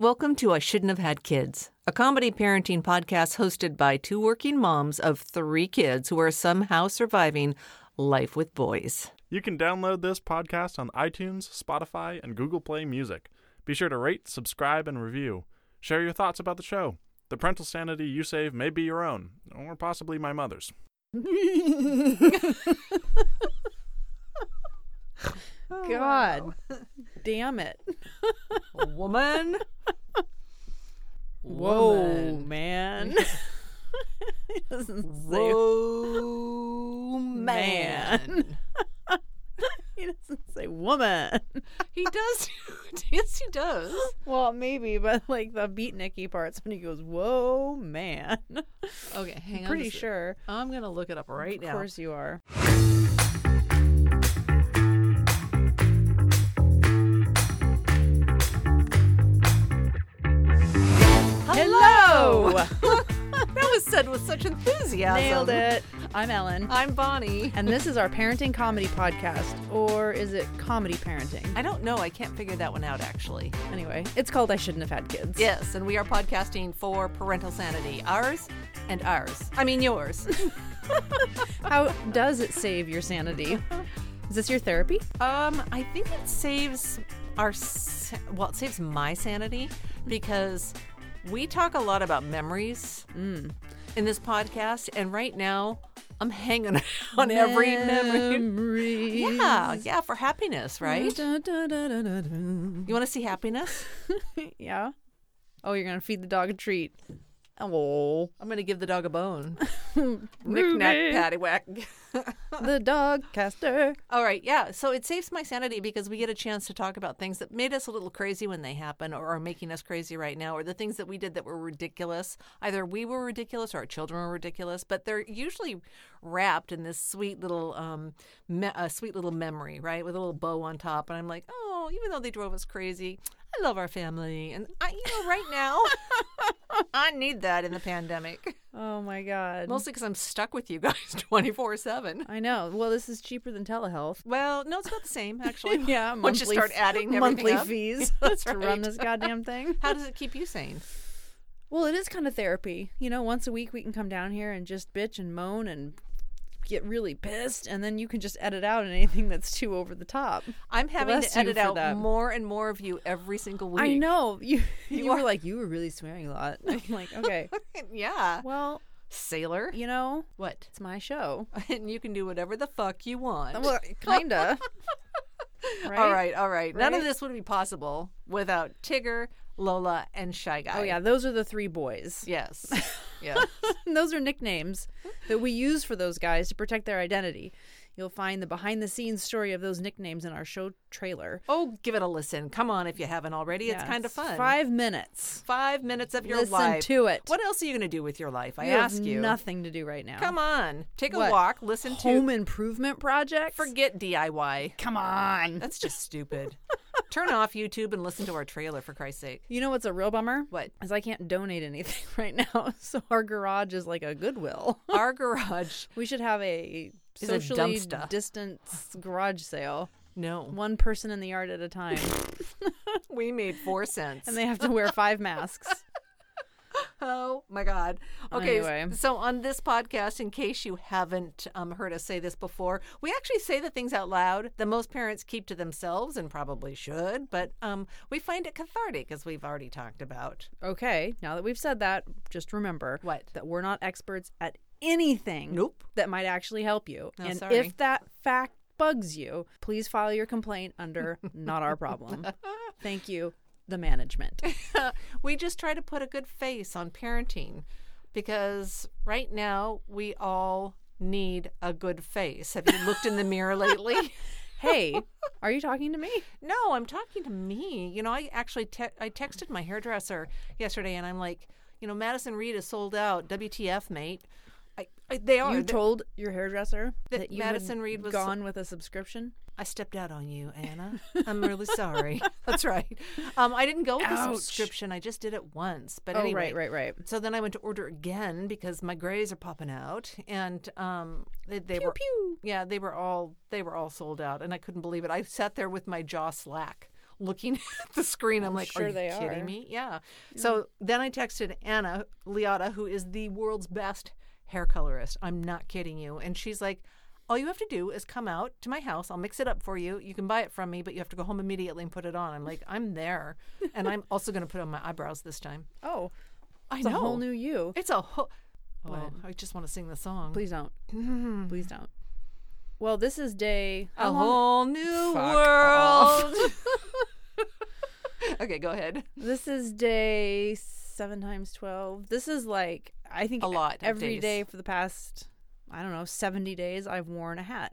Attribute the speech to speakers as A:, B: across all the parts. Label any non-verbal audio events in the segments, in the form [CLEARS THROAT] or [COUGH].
A: Welcome to I Shouldn't Have Had Kids, a comedy parenting podcast hosted by two working moms of three kids who are somehow surviving life with boys.
B: You can download this podcast on iTunes, Spotify, and Google Play Music. Be sure to rate, subscribe, and review. Share your thoughts about the show. The parental sanity you save may be your own, or possibly my mother's.
C: God [LAUGHS] damn it.
A: Woman. [LAUGHS]
C: Whoa,
A: [LAUGHS]
C: man. [LAUGHS] He doesn't say
A: Whoa, man.
C: [LAUGHS] he doesn't say woman.
A: He does. [LAUGHS] yes, he does.
C: Well, maybe, but like the beatniky parts when he goes, Whoa [LAUGHS] man.
A: Okay, hang on.
C: Pretty
A: just a-
C: sure.
A: I'm going to look it up right
C: Of
A: now.
C: course you are.
A: Hello. that was said with such enthusiasm.
C: Nailed it. I'm Ellen.
A: I'm Bonnie.
C: And this is our parenting comedy podcast. Or is it comedy parenting?
A: I don't know. I can't figure that one out, actually.
C: Anyway, it's called I Shouldn't Have Had Kids.
A: Yes, and we are podcasting for parental sanity. Ours and ours. I mean, yours.
C: How does it save your sanity? Is this your therapy?
A: um, I think it saves our, sa- well, it saves my sanity because we talk a lot about memories mm, in this podcast, and right now I'm hanging [LAUGHS] on every memory.
C: Memory.
A: Yeah, yeah, for happiness, right?
C: Dun, dun, dun, dun, dun, dun.
A: You want to see happiness?
C: yeah. Oh, you're gonna feed the dog a treat. Oh,
A: I'm going to give the dog a bone. Knick
C: Ruby.
A: knack, paddywhack. [LAUGHS]
C: the dog caster.
A: All right, yeah. So it saves my sanity because we get a chance to talk about things that made us a little crazy when they happen or are making us crazy right now or the things that we did that were ridiculous. Either we were ridiculous or our children were ridiculous, but they're usually wrapped in this sweet little um me- uh, sweet little memory, right? With a little bow on top and I'm like, "Oh, even though they drove us crazy, I love our family." And I you know right now I need that in the pandemic.
C: Oh my god.
A: Mostly cuz I'm stuck with you guys [LAUGHS] 24/7.
C: I know. Well, this is cheaper than telehealth.
A: Well, no, it's about the
C: [LAUGHS]
A: same actually.
C: yeah,
A: [LAUGHS] Once you start adding everything
C: [LAUGHS] monthly
A: up.
C: fees
A: [LAUGHS] That's
C: [LAUGHS] to run
A: right.
C: this goddamn thing.
A: How does it keep you sane?
C: Well, it is kind of therapy. You know, once a week we can come down here and just bitch and moan and get really pissed, and then you can just edit out [LAUGHS] anything that's too over the top.
A: I'm having
C: Bless
A: to
C: you
A: edit
C: for
A: out
C: that.
A: more and more of you every single week.
C: I
A: [LAUGHS]
C: know [LAUGHS] you. You,
A: You
C: were
A: are-
C: like, you were really swearing a lot. [LAUGHS] I'm like, okay,
A: yeah.
C: well,
A: Sailor. [LAUGHS]
C: you know,
A: What?
C: it's my [LAUGHS] show.
A: And you can do whatever the fuck you want.
C: Well, [LAUGHS] kinda. right?
A: All right, all right. None of
C: Right?
A: this would be possible without Tigger, Lola, and Shy Guy.
C: Oh yeah, those are the three boys. [LAUGHS]
A: Yes. Yeah.
C: And [LAUGHS] those are nicknames that we use for those guys to protect their identity. You'll find the behind-the-scenes story of those nicknames in our show trailer.
A: oh, give it a listen. Come on, if you haven't already.
C: Yeah,
A: it's kind of fun.
C: Five minutes.
A: Five minutes of your
C: Listen
A: life.
C: to it.
A: What else are you going to do with your life? I
C: You have
A: ask you.
C: Nothing to do right now.
A: Come on. Take
C: What?
A: a walk. Listen to.
C: Home improvement project.
A: Forget DIY.
C: Come on.
A: That's just stupid. Turn off YouTube and listen to our trailer for Christ's sake.
C: You know what's a real bummer?
A: What?
C: Is I can't donate anything [LAUGHS] right now, so our garage is like a Goodwill.
A: Our garage.
C: We should have a
A: Is a
C: socially
A: dumpster.
C: distanced garage sale.
A: No.
C: One person in the yard at a time,
A: We made four cents.
C: and they have to wear
A: [LAUGHS]
C: five masks.
A: oh my God. Okay. s-
C: Anyway.
A: So, on this podcast, in case you haven't um, heard us say this before, we actually say the things out loud that most parents keep to themselves and probably should, but um, we find it cathartic, as we've already talked about.
C: Okay, now that we've said that, just remember
A: What?
C: that we're not experts at anything
A: Nope.
C: that might actually help you.
A: No,
C: and
A: sorry.
C: if that fact bugs you, please file your complaint
A: [LAUGHS]
C: under not our problem. Thank you, the management.
A: we just try to put a good face on parenting because right now we all need a good face. Have you looked in the mirror
C: [LAUGHS]
A: lately? [LAUGHS]
C: Hey, are you talking to me?
A: No, I'm talking to me. You know, I actually te- I texted my hairdresser yesterday and I'm like, you know, Madison Reed is sold out. WTF, mate. I, Oh, I, they are.
C: You
A: They-
C: told your hairdresser
A: That
C: that, you had
A: Madison Reed was-
C: gone with a subscription.
A: I stepped out on you, Anna. I'm really
C: [LAUGHS]
A: sorry. That's right. Um, I didn't go with the
C: Ouch.
A: subscription. I just did it once. But
C: Oh,
A: anyway,
C: right, right, right.
A: So then I went to order again because my grays are popping out, and um, they, they were
C: pew.
A: yeah, they were all they were all sold out, and I couldn't believe it. I sat there with my jaw slack, looking [LAUGHS] at the screen. I'm, like,
C: sure
A: are you
C: they
A: kidding
C: are. Mm.
A: me? Yeah. So then I texted Anna Liotta, who is the world's best hair colorist. I'm not kidding you. And she's like, all you have to do is come out to my house. I'll mix it up for you. You can buy it from me, but you have to go home immediately and put it on. I'm like, I'm there. And I'm also going to put on my eyebrows this time.
C: Oh,
A: I
C: it's
A: know.
C: a whole new you.
A: It's a whole.
C: What?
A: Well, I just want to sing the song.
C: Please
A: [LAUGHS]
C: don't. Please don't. Well, this is day.
A: A
C: how long-
A: whole new
C: Fuck
A: world. [LAUGHS] okay, go ahead.
C: This is day seven times twelve. This is like I think
A: A lot of
C: every
A: days.
C: day for the past I don't know seventy days. I've worn a hat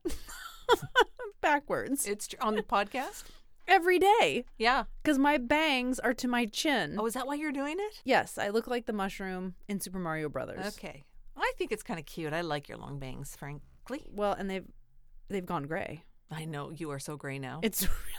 C: [LAUGHS] backwards
A: It's tr- on the podcast.
C: every day
A: Yeah.
C: because my bangs are to my chin.
A: Oh, is that why you're doing it?
C: Yes, I look like the mushroom in Super Mario Brothers.
A: Okay. I think it's kind of cute. I like your long bangs, frankly.
C: Well, and they've they've gone gray.
A: I know you are so gray now.
C: It's [LAUGHS] really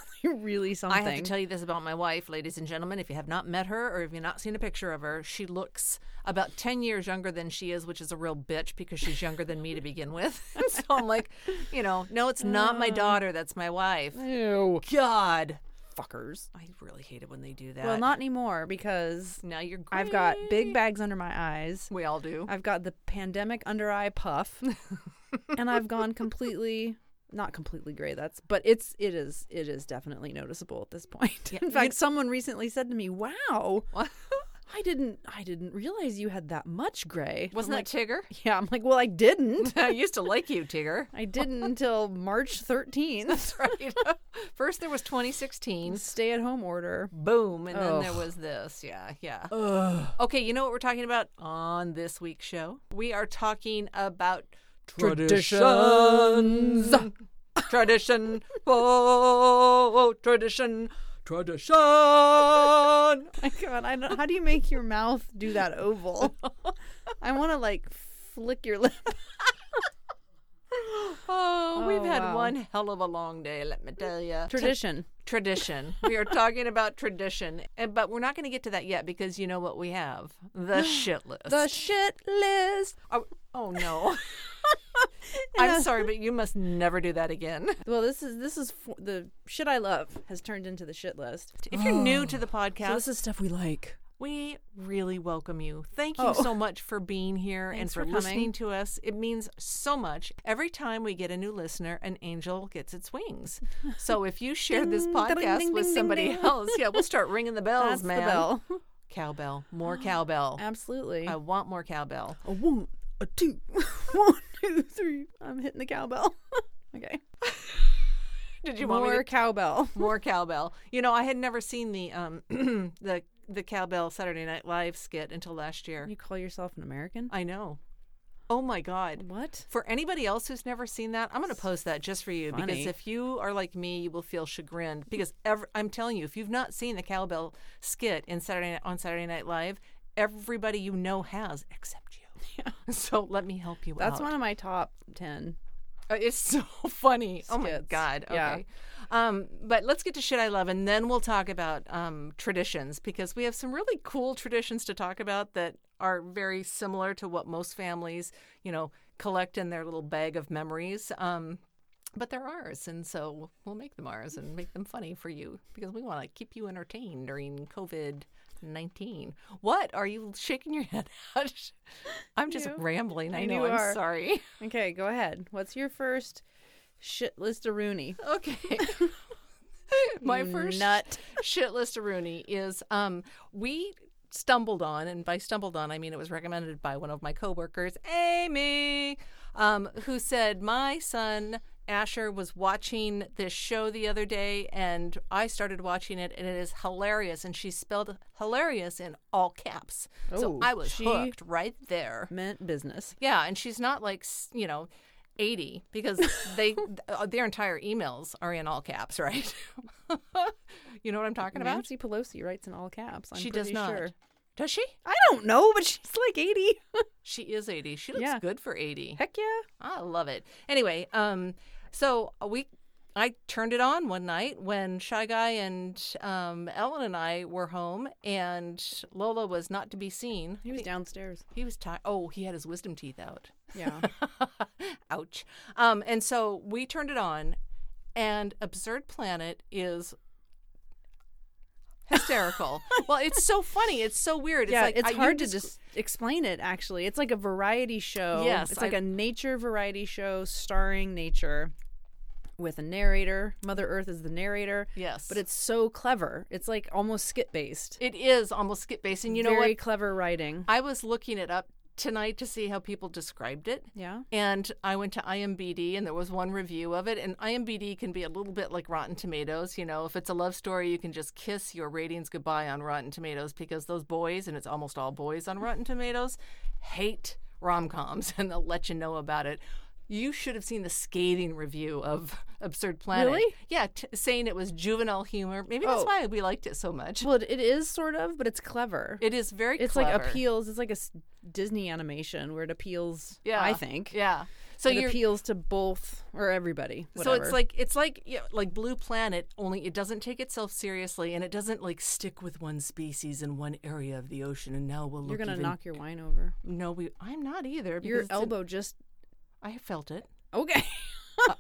C: really something.
A: Oh. I have to tell you this about my wife, ladies and gentlemen. If you have not met her or if you've not seen a picture of her, she looks about 10 years younger than she is, which is a real bitch because she's younger than me to begin with. [LAUGHS] so I'm like, you know, no, it's not
C: Uh.
A: my daughter. That's my wife.
C: Ew,
A: God.
C: fuckers.
A: I really hate it when they do that.
C: Well, not anymore because
A: now you're gray.
C: I've got big bags under my eyes.
A: We all do.
C: I've got the pandemic under eye
A: [LAUGHS]
C: puff, and I've gone completely not completely gray. That's but it's it is it is definitely noticeable at this point.
A: Yeah,
C: In
A: you-
C: fact, someone recently said to me, "Wow, I didn't I didn't realize you had that much gray."
A: Wasn't
C: I'm
A: that Tigger? [LAUGHS]
C: like, yeah? I'm like, well, I didn't.
A: I used to like you, Tigger. [LAUGHS]
C: I didn't until March 13th.
A: That's right. First there was 2016.
C: [LAUGHS] Stay at home order.
A: Boom. And then there
C: Ugh.
A: was this. Yeah, yeah. Okay, you know what we're talking about on this week's show? We are talking about
C: Traditions.
A: tradition. Oh, tradition. Tradition.
C: My God, I don't, how do you make your mouth do that oval?
A: [LAUGHS]
C: I want to like flick your lip.
A: Oh, we've
C: Oh,
A: had
C: wow.
A: one hell of a long day, let me tell you.
C: Tradition.
A: tradition. We are talking about tradition, and, but we're not going to get to that yet because you know what we have
C: [GASPS]
A: the shit list.
C: The shit list.
A: oh, oh, [LAUGHS] no. I'm sorry, but you must never do that again.
C: Well, this is this is for, the shit I love has turned into the shit list.
A: If you're new [SIGHS] to the podcast,
C: is stuff we like.
A: we really welcome you. Thank you
C: Oh.
A: so much for being here and
C: Thanks
A: for,
C: for coming.
A: listening to us. It means so much. Every time we get a new listener, an angel gets its wings. So if [LAUGHS] you share this
C: Ding, da-ding,
A: podcast
C: ding,
A: with
C: ding, ding,
A: somebody
C: ding.
A: else, yeah, we'll start ringing [LAUGHS] the bells,
C: That's
A: Oh, man.
C: the bell. [LAUGHS]
A: Cowbell, more [GASPS] cowbell.
C: Absolutely.
A: I want more cowbell.
C: a one, a two, [LAUGHS] one, two, three. I'm hitting the cowbell. [LAUGHS] okay.
A: Did you
C: More
A: want me to [LAUGHS]
C: cowbell.
A: more cowbell? You know, I had never seen the um [CLEARS THROAT] the the cowbell Saturday Night Live skit until last year.
C: You call yourself an American?
A: I know. Oh my god.
C: What?
A: For anybody else who's never seen that, I'm going to post that just for you
C: Funny.
A: because if you are like me, you will feel chagrined because ever I'm telling you, if you've not seen the cowbell skit in Saturday Night- on Saturday Night Live, everybody you know has except you.
C: [LAUGHS]
A: So let me help you out.
C: That's one of my top ten.
A: Uh, It's [LAUGHS] so funny. Oh my
C: Skits.
A: god. Okay.
C: Yeah.
A: Um, but let's get to shit I love, and then we'll talk about um, traditions because we have some really cool traditions to talk about that are very similar to what most families, you know, collect in their little bag of memories. Um, but they're ours, and so we'll make them ours and make them funny for you because we want to keep you entertained during COVID nineteen. What are you shaking your [LAUGHS] head at? I'm just
C: You.
A: rambling. I,
C: I
A: know.
C: knew you
A: I'm
C: are.
A: sorry.
C: Okay, go ahead. What's your first shit list a Rooney?
A: Okay. [LAUGHS] My
C: You
A: first
C: nut.
A: shit list of Rooney is um we stumbled on and by stumbled on I mean it was recommended by one of my coworkers, Amy, um, who said my son Asher was watching this show the other day and I started watching it and it is hilarious and she spelled hilarious in all caps. so
C: Oh,
A: I was
C: she-
A: hooked right there.
C: Meant business.
A: Yeah, and she's not like s- you know, eighty
C: [LAUGHS]
A: because they uh, their entire emails are in all caps, right? [LAUGHS] you know what I'm talking about?
C: Nancy Pelosi writes in all caps. I'm
A: she does
C: pretty
A: not.
C: Sure.
A: Does she?
C: I don't know, but she's like 80.
A: She is eighty. She looks
C: Yeah.
A: good for eighty.
C: Heck yeah.
A: I love it. Anyway, um, so we. I turned it on one night when Shy Guy and um, Ellen and I were home, and Lola was not to be seen.
C: He was downstairs.
A: He was tired. Oh, he had his wisdom teeth out.
C: Yeah.
A: [LAUGHS] Ouch. Um, and so we turned it on, and Absurd Planet is
C: [LAUGHS]
A: hysterical. well, it's so funny. It's so weird. it's
C: yeah,
A: like
C: it's
A: I- you
C: hard to
A: desc-
C: just explain it. Actually, it's like a variety show.
A: Yes,
C: it's like
A: I-
C: a nature variety show starring nature, with a narrator. Mother Earth is the narrator.
A: Yes,
C: but it's so clever. It's like almost skit based.
A: it is almost skip based, and you know
C: Very
A: what?
C: clever writing.
A: I was looking it up tonight to see how people described it.
C: Yeah.
A: And I went to IMBD, and there was one review of it. And IMBD can be a little bit like Rotten Tomatoes. You know, if it's a love story, you can just kiss your ratings goodbye on Rotten Tomatoes because those boys, and it's almost all boys on Rotten Tomatoes, hate rom coms, [LAUGHS] and they'll let you know about it. You should have seen the scathing review of [LAUGHS] Absurd Planet.
C: Really?
A: Yeah, t- saying it was juvenile humor. Maybe that's
C: Oh.
A: why we liked it so much.
C: Well, it, it is sort of, but it's clever.
A: It is very
C: it's
A: clever.
C: like appeals. It's like a s- Disney animation where it appeals.
A: Yeah,
C: I think.
A: Yeah. So
C: So it
A: you're
C: appeals to both or everybody.
A: So it's
C: whatever.
A: like it's like yeah, like Blue Planet, only it doesn't take itself seriously, and it doesn't like stick with one species in one area of the ocean. And now we'll look.
C: you're gonna
A: even-
C: knock your wine over.
A: No, we. I'm not either. because
C: Your
A: it's in-
C: elbow just
A: I felt it.
C: okay.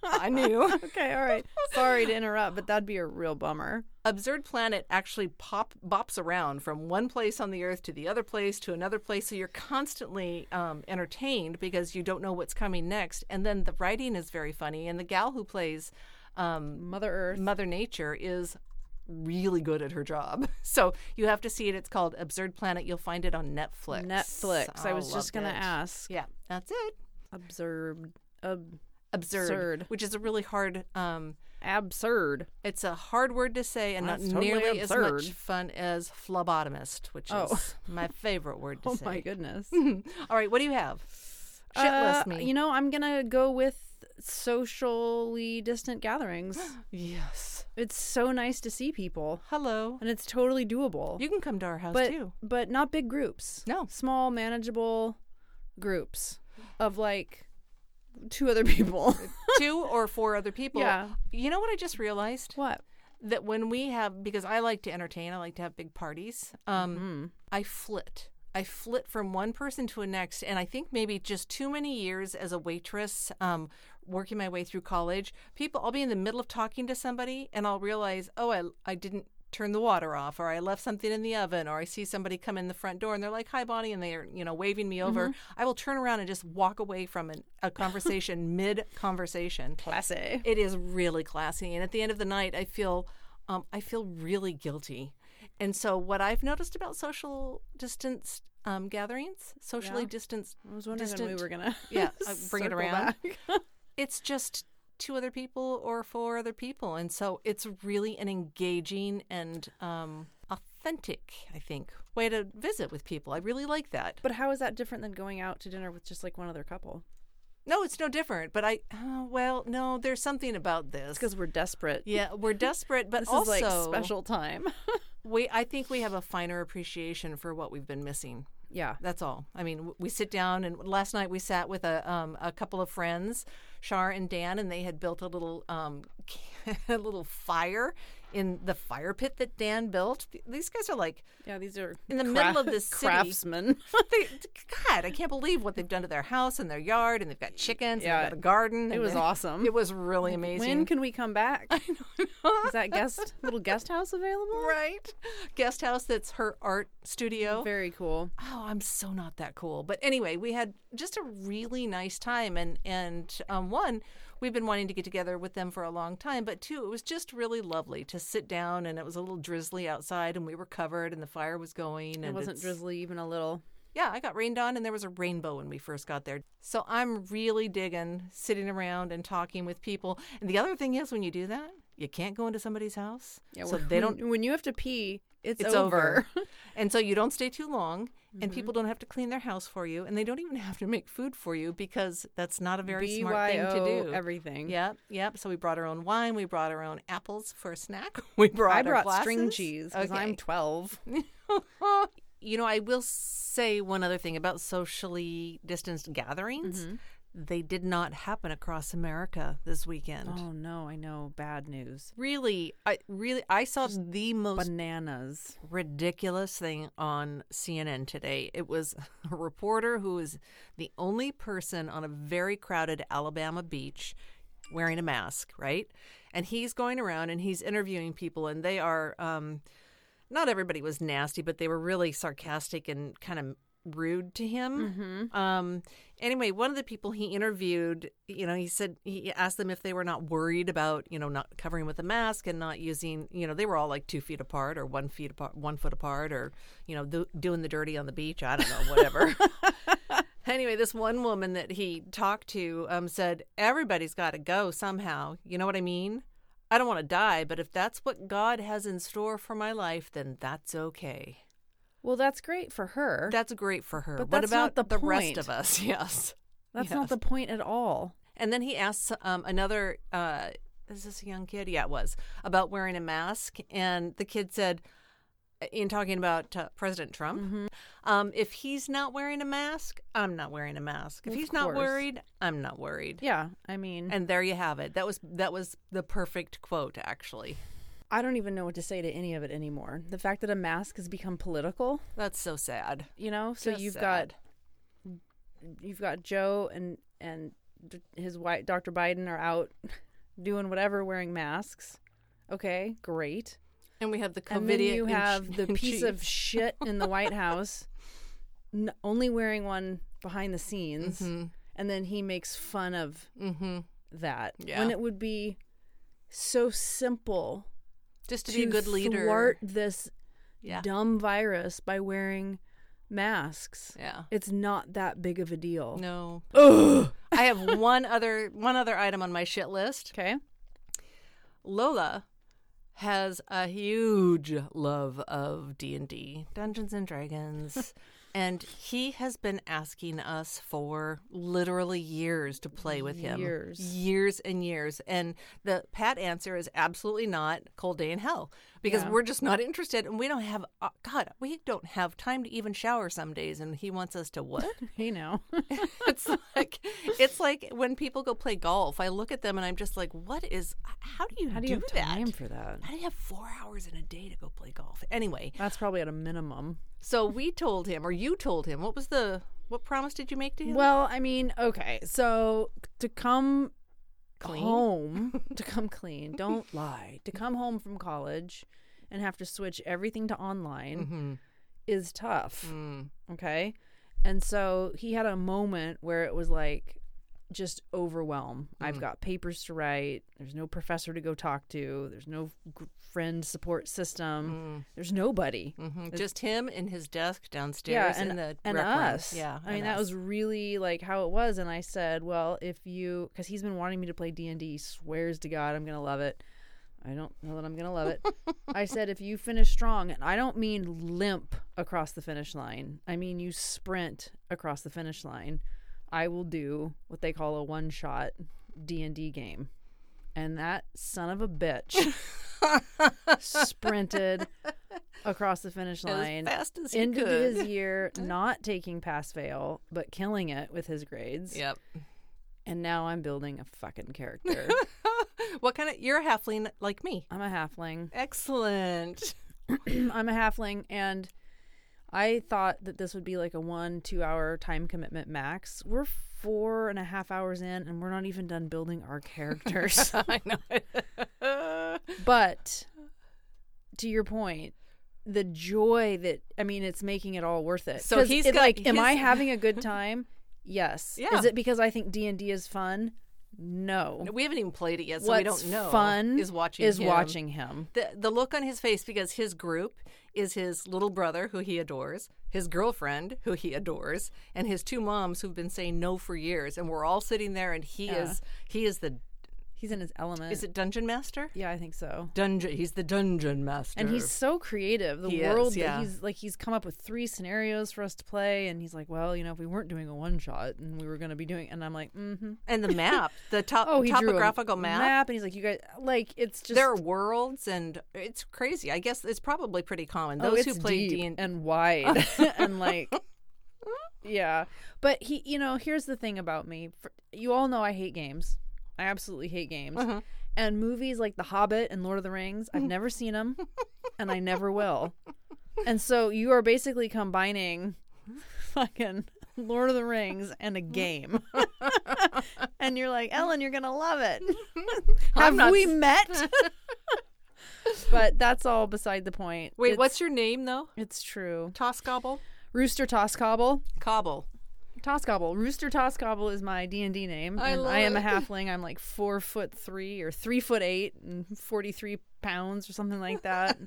A: I knew.
C: [LAUGHS] okay, all right. Sorry to interrupt, but that'd be a real bummer.
A: [LAUGHS] Absurd Planet actually pop bops around from one place on the Earth to the other place to another place, so you're constantly um, entertained because you don't know what's coming next. And then the writing is very funny, and the gal who plays um,
C: Mother Earth.
A: Mother Nature is really good at her job. [LAUGHS] So you have to see it. It's called Absurd Planet. You'll find it on Netflix.
C: Netflix. I
A: Oh,
C: was just
A: loved
C: gonna
A: it.
C: ask.
A: Yeah, that's it.
C: Absurd. Ab-
A: Absurd,
C: Absurd.
A: which is a really hard. Um, [LAUGHS]
C: absurd.
A: it's a hard word to say, and
C: Well, that's
A: not
C: totally
A: nearly
C: absurd.
A: as much fun as phlebotomist, which
C: Oh.
A: is my favorite word to
C: [LAUGHS] Oh
A: say.
C: my goodness.
A: All right, what do you have? Shit
C: Uh,
A: list me.
C: You know, I'm gonna go with socially distant gatherings.
A: [GASPS] yes.
C: it's so nice to see people,
A: Hello.
C: and it's totally doable.
A: You can come to our house
C: but [LAUGHS]
A: too.
C: but not big groups.
A: No.
C: small, manageable groups of like two
A: [LAUGHS]
C: other people.
A: Two or four other people.
C: Yeah.
A: You know what I just realized?
C: what?
A: that when we have because I like to entertain, I like to have big parties. Um, I flit. I flit from one person to a next, and I think maybe just too many years as a waitress, um, working my way through college. People, I'll be in the middle of talking to somebody, and I'll realize, oh, I I didn't turn the water off, or I left something in the oven, or I see somebody come in the front door, and they're like, "Hi, Bonnie," and they're you know waving me over. I will turn around and just walk away from an, a conversation [LAUGHS] mid conversation.
C: Classy.
A: It is really classy, and at the end of the night, I feel, um, I feel really guilty. And so, what I've noticed about social distanced um, gatherings, socially
C: Yeah.
A: distanced,
C: I was wondering when
A: distant-
C: we were [LAUGHS] gonna
A: yeah, uh, bring it
C: circle
A: around.
C: [LAUGHS] back.
A: It's just two other people or four other people, and so it's really an engaging and um, authentic, I think, way to visit with people. I really like that.
C: But how is that different than going out to dinner with just like one other couple?
A: No, it's no different. But I, oh, well, no, there's something about this.
C: Because we're desperate.
A: yeah, we're desperate, but
C: This
A: also
C: is like special time. [LAUGHS]
A: We, I think we have a finer appreciation for what we've been missing.
C: yeah.
A: That's all. I mean, w- we sit down, and last night we sat with a um, a couple of friends, Shar and Dan, and they had built a little um, [LAUGHS] a little fire in the fire pit that Dan built. Th- These guys are like, [LAUGHS]
C: Yeah, these are
A: In the middle
C: [LAUGHS]
A: of the city.
C: craftsmen.
A: they, God, I can't believe what they've done to their house and their yard, and they've got chickens,
C: Yeah,
A: and they've got a garden.
C: It
A: and
C: was
A: they-
C: awesome.
A: It was really amazing.
C: When can we come [LAUGHS] back? Is that guest little guest house available?
A: right, guest house that's her art studio.
C: [LAUGHS] Very cool.
A: oh i'm so not that cool but anyway we had just a really nice time and and um, one we've been wanting to get together with them for a long time but two it was just really lovely to sit down and it was a little drizzly outside and we were covered and the fire was going and
C: It wasn't
A: it's-
C: drizzly even a little.
A: yeah i got rained on and there was a rainbow when we first got there so i'm really digging sitting around and talking with people and the other thing is when you do that you can't go into somebody's house so
C: when-
A: they don't
C: [LAUGHS] When you have to pee, it's, Mm-hmm.
A: it's over.
C: [LAUGHS]
A: and so you don't stay too long, and people don't have to clean their house for you, and they don't even [LAUGHS] have to make food for you because that's not a very smart thing
C: BYO
A: to do.
C: Everything.
A: Yep, yep. So we brought our own wine. We brought our own apples for a snack. [LAUGHS] We brought.
C: I brought
A: our
C: string
A: glasses.
C: cheese because
A: Okay.
C: I'm [LAUGHS] 12.
A: you know, I will say one other thing about socially distanced gatherings.
C: Mm-hmm.
A: They did not happen across America this weekend.
C: Oh no, I know. Bad news.
A: Really, I really I saw the most
C: Bananas.
A: ridiculous thing on CNN today. It was [LAUGHS] a reporter who was the only person on a very crowded Alabama beach wearing a mask, right? And he's going around and he's interviewing people, and they are. Um, not everybody was nasty, but they were really sarcastic and kind of rude to him. Um, anyway, one of the people he interviewed, you know, he said he asked them if they were not worried about, you know, not covering with a mask and not using, you know, they were all like two feet apart or one feet apart, one foot apart, or you know, do doing the dirty on the beach. I don't know, whatever. Anyway, this one woman that he talked to um, said, Everybody's got to go somehow. You know what I mean? I don't want to die, but if that's what God has in store for my life, then that's okay.
C: Well, that's great for her.
A: That's great for her.
C: But
A: what
C: that's
A: about
C: not the
A: rest
C: point.
A: of us? [LAUGHS] Yes.
C: That's not the point at all.
A: And then he asks um, another, uh, is this a young kid? Yeah, it was, about wearing a mask. And the kid said, in talking about uh, President Trump,
C: Mm-hmm.
A: um, if he's not wearing a mask, I'm not wearing a mask. If
C: Of
A: he's not
C: course.
A: worried, I'm not worried.
C: Yeah, I mean,
A: And there you have it. That was that was the perfect quote, actually.
C: I don't even know what to say to any of it anymore. The fact that a mask has become political,
A: That's so sad.
C: you know, so
A: Just
C: you've
A: sad.
C: got you've got Joe and and d- his wife, Dr. Biden, are out [LAUGHS] doing whatever, wearing masks. Okay, great.
A: and we have the COVID.
C: and then you
A: [LAUGHS]
C: have the piece
A: chief.
C: of shit in the
A: [LAUGHS]
C: White House, n- only wearing one behind the scenes,
A: Mm-hmm.
C: and then he makes fun of that
A: Yeah.
C: when it would be so simple
A: just to,
C: to
A: be a good leader.
C: thwart this
A: yeah,
C: dumb virus by wearing masks.
A: yeah.
C: It's not that big of a deal.
A: No. I have one other one other item on my shit list. [LAUGHS]
C: Okay.
A: Lola has a huge love of D&D, Dungeons and
C: [LAUGHS]
A: Dragons, and he has been asking us for literally years to play with him.
C: Years.
A: Years and years. And the pat answer is absolutely not cold day in hell because
C: Yeah.
A: we're just not interested and we don't have uh, god, we don't have time to even shower some days and he wants us to what?
C: Hey now.
A: [LAUGHS] it's like it's like when people go play golf. I look at them and I'm just like, what is? How do you
C: How do
A: do
C: you have
A: that?
C: time for that?
A: How do you have four hours in a day to go play golf? Anyway,
C: That's probably at a minimum.
A: so we told him, or you told him, what was the what promise did you make to him?
C: Well, I mean, okay. So to come
A: Clean? [LAUGHS]
C: home, to come clean, don't lie. To come home from college and have to switch everything to online is tough.
A: Mm-hmm. Mm.
C: Okay. And so he had a moment where it was like just overwhelm.
A: Mm.
C: I've got papers to write. There's no professor to go talk to. There's no g- friend support
A: Mm.
C: system. There's nobody.
A: Mhm. Just him and his desk
C: Yeah,
A: downstairs
C: and,
A: in the
C: and
A: rec room.
C: us.
A: Yeah,
C: I mean,
A: and
C: that
A: us.
C: was really like how it was. And I said, well, if you, because he's been wanting me to play D and D, swears to God, I'm gonna love it. I don't know that I'm gonna love it.
A: [LAUGHS]
C: I said, if you finish strong, and I don't mean limp across the finish line. I mean you sprint across the finish line. I will do what they call a one shot D and D game. And that son of
A: [LAUGHS]
C: a bitch sprinted across the finish line
A: as fast as he
C: ended
A: could.
C: his year not taking pass fail, but killing it with his grades.
A: Yep.
C: And now I'm building a fucking character.
A: What kind of? You're a halfling like me.
C: I'm a halfling.
A: Excellent.
C: I'm a halfling, and I thought that this would be like a one, two hour time commitment max. We're four and a half hours in, and we're not even done building our characters.
A: [LAUGHS] I know. [LAUGHS]
C: but to your point, the joy that I mean, it's making it all worth it.
A: So
C: 'Cause
A: he's
C: it,
A: got- [LAUGHS]
C: like, am I
A: he's-
C: having a good time? Yes.
A: Yeah.
C: Is it because I think D and D is fun? No.
A: we haven't even played it yet, so
C: What's
A: we don't know.
C: Fun
A: is watching
C: is
A: him.
C: watching him.
A: the the look on his face because his group is his little brother who he adores, his girlfriend who he adores, and his two moms who've been saying no for years, and we're all sitting there, and he
C: Yeah.
A: is he is the
C: He's in his element.
A: is it dungeon master
C: yeah, I think so.
A: dungeon he's the dungeon master
C: And he's so creative. The
A: He is,
C: world
A: yeah.
C: that he's like, he's come up with three scenarios for us to play, and he's like, well, you know, if we weren't doing a one shot and we were going to be doing, and I'm like, mm-hmm.
A: and the map the top
C: [LAUGHS] oh, he
A: topographical
C: drew a
A: map.
C: map, and he's like, you guys, like, it's just
A: There are worlds, and it's crazy. I guess it's probably pretty common.
C: Oh,
A: Those who
C: it's
A: play
C: deep
A: D and
C: and wide [LAUGHS] and like yeah but he you know here's the thing about me For, you all know i hate games i absolutely hate games and movies like the hobbit and lord of the rings i've never seen [LAUGHS] them and i never will and so you are basically combining [LAUGHS] fucking lord of the rings and a [LAUGHS] game [LAUGHS] and you're like ellen you're gonna love it have
A: not
C: we
A: s-
C: met But that's all beside the point.
A: Wait,
C: It's-
A: what's your name though?
C: It's true.
A: Toss Gobble?
C: Rooster Toss Cobble.
A: Cobble.
C: Toscobble. Rooster Toscobble is my D and D name.
A: I
C: and
A: love
C: I am a
A: it. [LAUGHS]
C: halfling. I'm like four foot three or three foot eight and forty three pounds or something like that.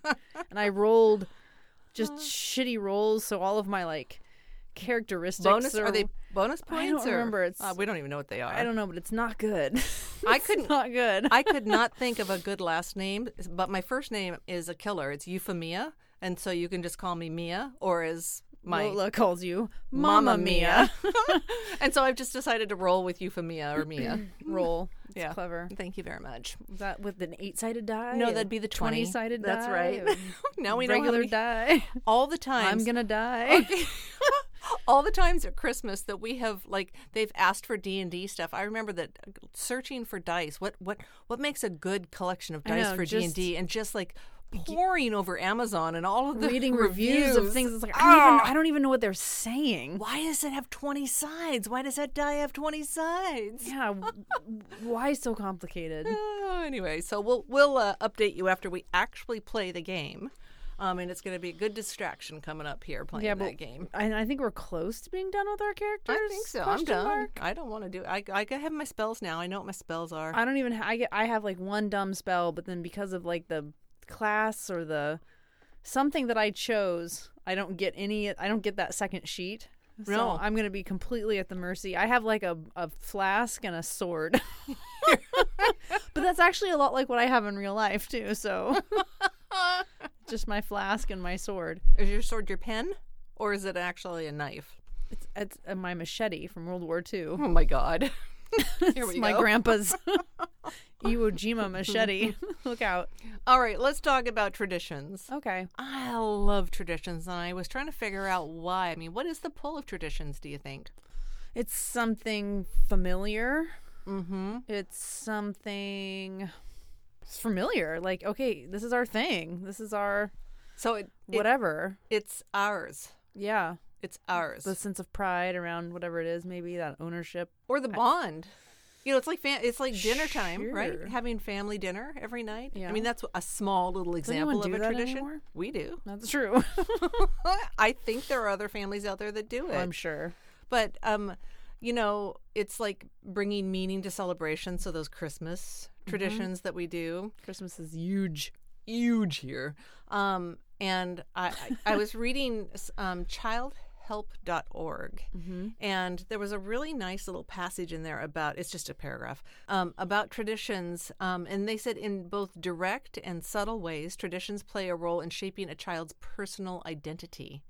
C: and I rolled
A: [LAUGHS]
C: just shitty rolls, so all of my like characteristics
A: Bonus?
C: are,
A: Are they bonus points?
C: I don't
A: or-
C: remember. It's
A: Uh, we don't even know what they are.
C: I don't know, but it's not good. [LAUGHS]
A: I
C: It's
A: couldn't-
C: not good.
A: I could not think of a good last name, but my first name is a killer. It's Euphemia, and so you can just call me Mia, or as my
C: Lola calls you
A: Mama
C: uh, Mama Mia.
A: [LAUGHS] and so I've just decided to roll with Euphemia or Mia.
C: [CLEARS THROAT] Roll. It's
A: Yeah.
C: clever.
A: Thank you very much.
C: Is that with an eight sided die?
A: No, that'd be the 20.
C: sided die.
A: That's right. [LAUGHS]
C: [LAUGHS]
A: now we know how
C: Regular
A: many-
C: die. Oh,
A: all the times.
C: [LAUGHS] I'm gonna die.
A: all the times at Christmas that we have like they've asked for D and D stuff. I remember that uh, searching for dice. What what what makes a good collection of
C: I
A: dice
C: know,
A: for D and
C: just-
A: D and just like pouring over Amazon and all of the
C: reading reviews of things. It's like I don't,
A: Ah!
C: even, I don't even know what they're saying.
A: Why does it have twenty sides? Why does that die have twenty sides?
C: Yeah, w- why
A: [LAUGHS]
C: so complicated?
A: Oh, anyway, so we'll we'll uh, update you after we actually play the game, um, and it's going to be a good distraction coming up here playing
C: Yeah,
A: that
C: but-
A: game.
C: And I think we're close to being done with our characters.
A: I think so. I'm
C: question
A: done.
C: mark?
A: I don't want to do. I I have my spells now. I know what my spells are.
C: I don't even. Ha- I get. I have like one dumb spell, but then because of like the class or the something that I chose, I don't get any. I don't get that second sheet. So
A: No.
C: I'm gonna be completely at the mercy. I have like a, a flask and a sword. [LAUGHS] but that's actually a lot like what I have in real life
A: [LAUGHS]
C: too, so just my flask and my sword.
A: Is your sword your pen, or is it actually a knife?
C: It's, it's uh, my machete from World War II.
A: Oh my god! [LAUGHS] Here
C: [LAUGHS] It's
A: we
C: my
A: go. [LAUGHS]
C: grandpa's Iwo Jima machete. Look out.
A: All right, let's talk about traditions.
C: Okay.
A: I love traditions, and I was trying to figure out why. I mean, what is the pull of traditions? Do you think?
C: It's something familiar.
A: Mm-hmm.
C: It's something it's familiar. Like, okay, this is our thing. This is our
A: So it, it
C: whatever.
A: it's ours.
C: yeah.
A: It's ours.
C: The sense of pride around whatever it is, maybe that ownership.
A: or the bond. You know, it's like fam- it's like dinner time, right?
C: Sure.
A: Having family dinner every night.
C: Yeah.
A: I mean, that's a small little
C: anyone
A: example of
C: do
A: a
C: that
A: tradition.
C: anymore?
A: We
C: [LAUGHS]
A: do. [LAUGHS]
C: That's true.
A: I think there are other families out there that do it,
C: I'm sure.
A: but um, you know, it's like bringing meaning to celebrations. So those Christmas traditions that we do,
C: Christmas is huge.
A: Mm-hmm. huge here. Um, and I, I, I was reading um, childhelp.org, and there was a really nice little passage in there about it's just a paragraph um, about traditions. Um, and they said, in both direct and subtle ways, traditions play a role in shaping a child's personal identity,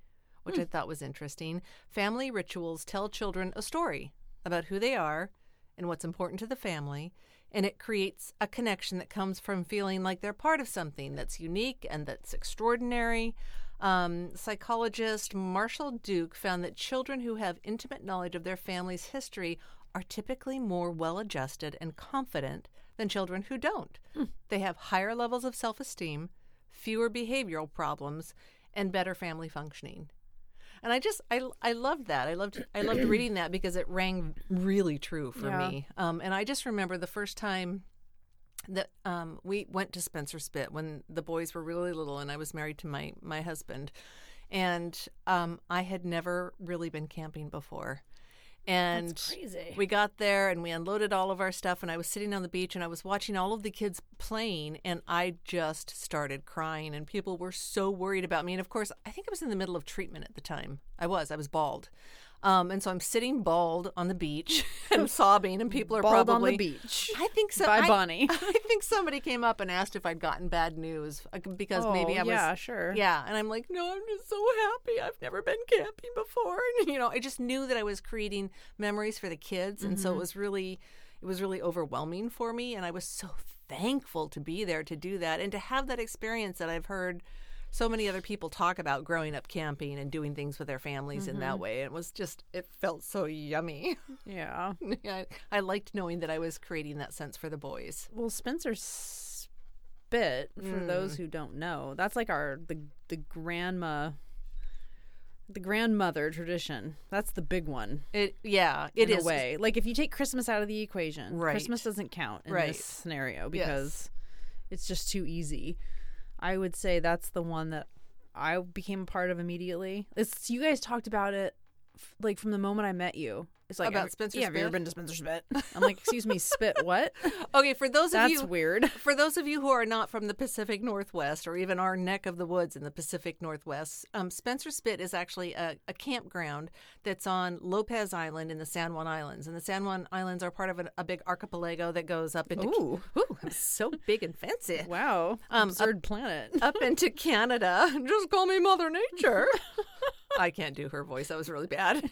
A: which I thought was interesting. Family rituals tell children a story about who they are and what's important to the family. And it creates a connection that comes from feeling like they're part of something that's unique and that's extraordinary. Um, psychologist Marshall Duke found that children who have intimate knowledge of their family's history are typically more well adjusted and confident than children who don't. They have higher levels of self esteem, fewer behavioral problems, and better family functioning. And I just I, I loved that. I loved I loved reading that because it rang really true for
C: Yeah.
A: me. Um, and I just remember the first time that um, we went to Spencer Spit when the boys were really little, and I was married to my my husband, and um, I had never really been camping before, and
C: crazy.
A: we got there and we unloaded all of our stuff, and I was sitting on the beach and I was watching all of the kids playing, and I just started crying, and people were so worried about me, and of course I think I was in the middle of treatment at the time. I was I was bald. Um, and so I'm sitting bald on the beach [LAUGHS] and sobbing, and people are
C: Bald
A: probably
C: on the [LAUGHS] beach.
A: I think so.
C: By
A: I-
C: Bonnie.
A: [LAUGHS] I think somebody came up and asked if I'd gotten bad news uh, because
C: Oh,
A: maybe I was.
C: yeah, sure.
A: Yeah, and I'm like, no, I'm just so happy. I've never been camping before, [LAUGHS] and you know, I just knew that I was creating memories for the kids, and
C: Mm-hmm.
A: so it was really, it was really overwhelming for me, and I was so thankful to be there to do that and to have that experience that I've heard so many other people talk about growing up camping and doing things with their families in
C: Mm-hmm.
A: that way. It was just, it felt so yummy.
C: [LAUGHS] Yeah.
A: [LAUGHS] I, I liked knowing that I was creating that sense for the boys.
C: Well, Spencer Spit, for those who don't know, that's like our the the grandma the grandmother tradition. That's the big one.
A: It yeah, it
C: in
A: is
C: a way. Like if you take Christmas out of the equation,
A: Right.
C: Christmas doesn't count in
A: Right.
C: this scenario because it's just too easy. I would say that's the one that I became a part of immediately. It's you guys talked about it f- like from the moment I met you. It's like
A: About
C: have-
A: Spencer
C: yeah, Have you ever
A: Spit?
C: been to Spencer Spit? I'm like, excuse me, Spit what?
A: [LAUGHS] Okay, for those of
C: That's
A: you
C: weird.
A: [LAUGHS]
C: [LAUGHS]
A: for those of you who are not from the Pacific Northwest or even our neck of the woods in the Pacific Northwest, um, Spencer Spit is actually a, a campground that's on Lopez Island in the San Juan Islands. And the San Juan Islands are part of an, a big archipelago that goes up into.
C: Ooh.
A: Ooh, I'm so big and fancy.
C: Wow,
A: Um,
C: absurd planet.
A: Up into Canada. [LAUGHS] Just call me Mother Nature. I can't do her voice. That was really bad.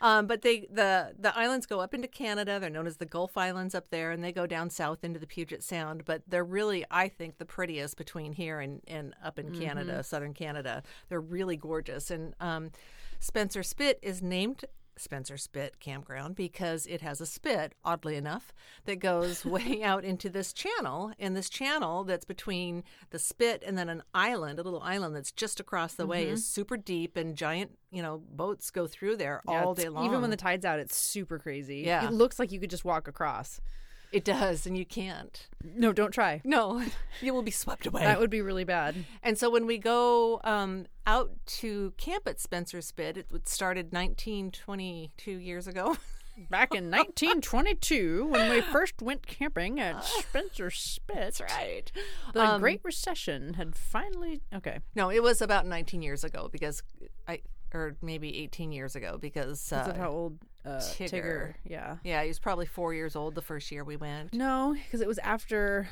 A: Um, but they the the islands go up into Canada. They're known as the Gulf Islands up there, and they go down south into the Puget Sound. But they're really, I think, the prettiest between here and and up in Canada, southern Canada. They're really gorgeous. And um, Spencer Spit is named. Spencer Spit Campground because it has a spit, oddly enough, that [LAUGHS] goes way out into this channel. And this channel that's between the spit and then an island, a little island that's just across the way, is super deep and giant, you know, boats go through there
C: Yeah,
A: all
C: it's-
A: day long.
C: Even when the tide's out, it's super crazy.
A: Yeah.
C: It looks like you could just walk across.
A: it does, and you can't.
C: No, don't try.
A: No, [LAUGHS] you will be swept away.
C: That would be really bad.
A: And so when we go um, out to camp at Spencer's Spit, it it started 19, 22 years ago. [LAUGHS]
C: Back in 1922, when we first went
A: [LAUGHS]
C: camping at Spencer Spitz,
A: right. Um,
C: the Great Recession had finally. Okay.
A: No, it was about 19 years ago because I, or maybe 18 years ago because.
C: That's
A: Uh,
C: how old uh, Tigger.
A: Tigger.
C: Yeah.
A: yeah, he was probably four years old the first year we went.
C: No, because it was after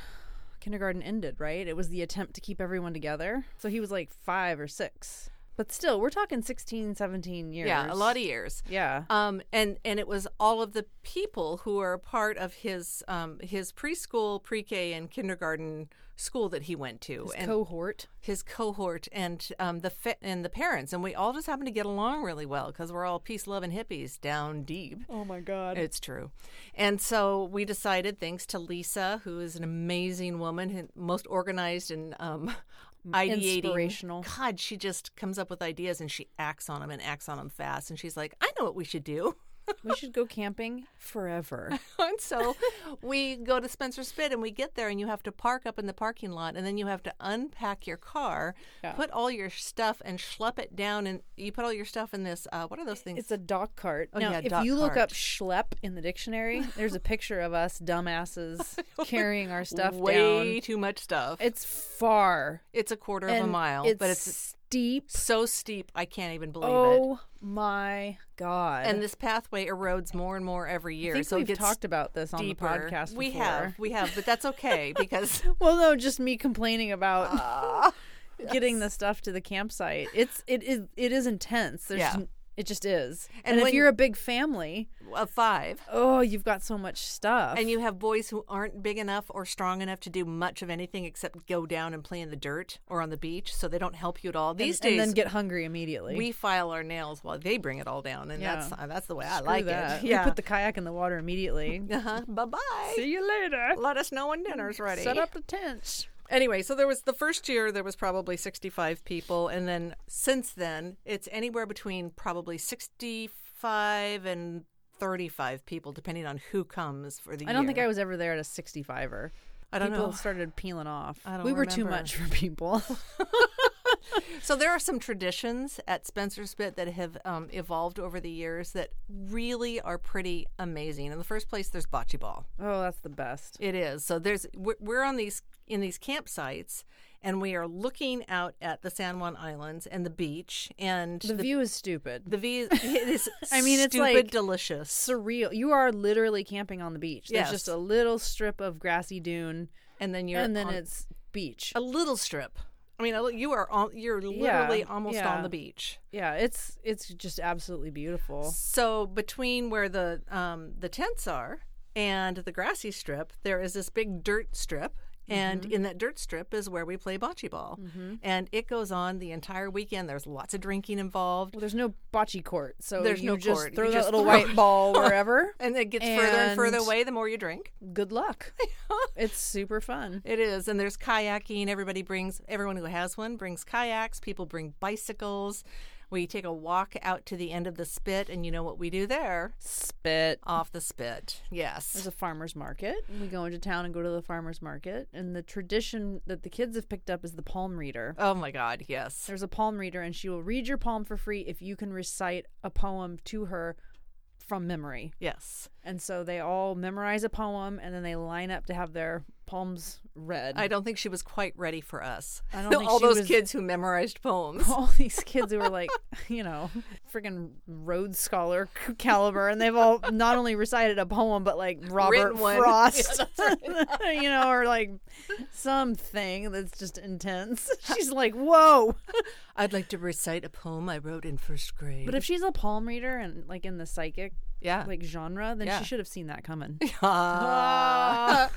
C: kindergarten ended, right? It was the attempt to keep everyone together. So he was like five or six. But still, we're talking 16, 17 years.
A: Yeah, a lot of years.
C: Yeah.
A: Um, and and it was all of the people who are a part of his um, his preschool, pre-K, and kindergarten school that he went to, Oh, and
C: Cohort.
A: his cohort, and um, the fa- and the parents, and we all just happened to get along really well because we're all peace loving hippies down deep.
C: Oh my God.
A: It's true. And so we decided, thanks to Lisa, who is an amazing woman, who- most organized and um, ideating.
C: Inspirational.
A: God, she just comes up with ideas and she acts on them and acts on them fast. And she's like, I know what we should do. [LAUGHS]
C: we should go camping forever.
A: and
C: [LAUGHS]
A: so we go to Spencer Spit and we get there and you have to park up in the parking lot and then you have to unpack your car,
C: Yeah.
A: put all your stuff and schlep it down. And you put all your stuff in this, uh, what are those things?
C: It's a dock cart. now,
A: Oh, yeah,
C: if
A: dock
C: you look
A: cart.
C: up schlep in the dictionary, there's a picture of us
A: [LAUGHS]
C: dumbasses carrying our stuff
A: Way
C: down.
A: too much stuff.
C: It's far
A: it's a quarter of a
C: and
A: mile,
C: It's
A: but it's
C: steep.
A: so steep I can't even believe it.
C: Oh my god!
A: And this pathway erodes more and more every year.
C: I think
A: so
C: we've
A: it gets
C: talked about this on
A: deeper.
C: the podcast.
A: we
C: before.
A: have, we have, but that's
C: [LAUGHS]
A: okay because [LAUGHS]
C: Well, no, just me complaining about
A: Ah,
C: [LAUGHS] getting the stuff to the campsite. It's it is it is intense. There's
A: Yeah.
C: n- It just is.
A: And
C: And, if
A: when-
C: you're a big family,
A: a five,
C: oh, you've got so much stuff.
A: and you have boys who aren't big enough or strong enough to do much of anything except go down and play in the dirt or on the beach, so they don't help you at all. These
C: and
A: days,
C: then get hungry immediately.
A: we file our nails while they bring it all down, and
C: Yeah.
A: that's uh, that's the way I
C: Screw
A: like [LAUGHS]
C: that.
A: it. Yeah.
C: We put the kayak in the water immediately.
A: [LAUGHS] uh-huh. Bye bye.
C: See you later.
A: Let us know when dinner's ready.
C: Set up the tents.
A: Anyway, so there was the first year there was probably 65 people and then since then it's anywhere between probably 65 and 35 people depending on who comes for the
C: I don't think I was ever there at a 65er.
A: I don't
C: people
A: know.
C: started peeling off.
A: I don't
C: we were too
A: remember.
C: much for people. [LAUGHS]
A: So there are some traditions at Spencer's Bit that have um, evolved over the years that really are pretty amazing. In the first place there's bocce ball.
C: oh, that's the best.
A: It is. So there's we're, we're on these in these campsites and we are looking out at the San Juan Islands and the beach and
C: The, view is stupid.
A: The
C: [LAUGHS]
A: V it is.
C: I mean, it's
A: stupid
C: like-
A: delicious,
C: surreal. You are literally camping on the beach.
A: Yes.
C: There's just a little strip of grassy dune,
A: and then you're
C: and then
A: on
C: it's beach.
A: a little strip. I mean, a li- you are on, you're
C: Yeah,
A: literally almost on
C: yeah.
A: the beach.
C: yeah, it's it's just absolutely beautiful.
A: So between where the um, the tents are and the grassy strip, there is this big dirt strip. And
C: Mm-hmm.
A: in that dirt strip is where we play bocce ball. And it goes on the entire weekend. There's lots of drinking involved.
C: Well, there's no bocce court, so
A: There's
C: you
A: no
C: just
A: court. You
C: throw that
A: just
C: little
A: throw [LAUGHS]
C: white ball wherever.
A: And it gets further and further
C: And-
A: away the more you drink.
C: Good luck. [LAUGHS] it's super fun.
A: It is, and there's kayaking. Everybody brings everyone who has one brings kayaks. People bring bicycles. We take a walk out to the end of the spit, and you know what we do there?
C: Spit.
A: Off the spit. Yes.
C: There's a farmer's market. We go into town and go to the farmer's market. And the tradition that the kids have picked up is the palm reader.
A: Oh my God, yes.
C: There's a palm reader, and she will read your palm for free if you can recite a poem to her from memory.
A: Yes.
C: And so they all memorize a poem and then they line up to have their palms read.
A: I don't think she was quite ready for us.
C: I
A: [LAUGHS]
C: don't think
A: All
C: she
A: those
C: was-
A: kids who memorized poems.
C: [LAUGHS] all these kids who were like, [LAUGHS] you know, freaking Rhodes Scholar caliber, and they've [LAUGHS] all not only recited a poem, but like Robert
A: Written
C: [LAUGHS]
A: one.
C: Frost, you know, or like something that's just [LAUGHS] intense. She's like, whoa.
A: [LAUGHS] I'd like to recite a poem I wrote in first grade.
C: But if she's a palm reader and like in the psychic
A: yeah.
C: like genre, then
A: Yeah.
C: she should have seen that coming. [LAUGHS]
A: Ah.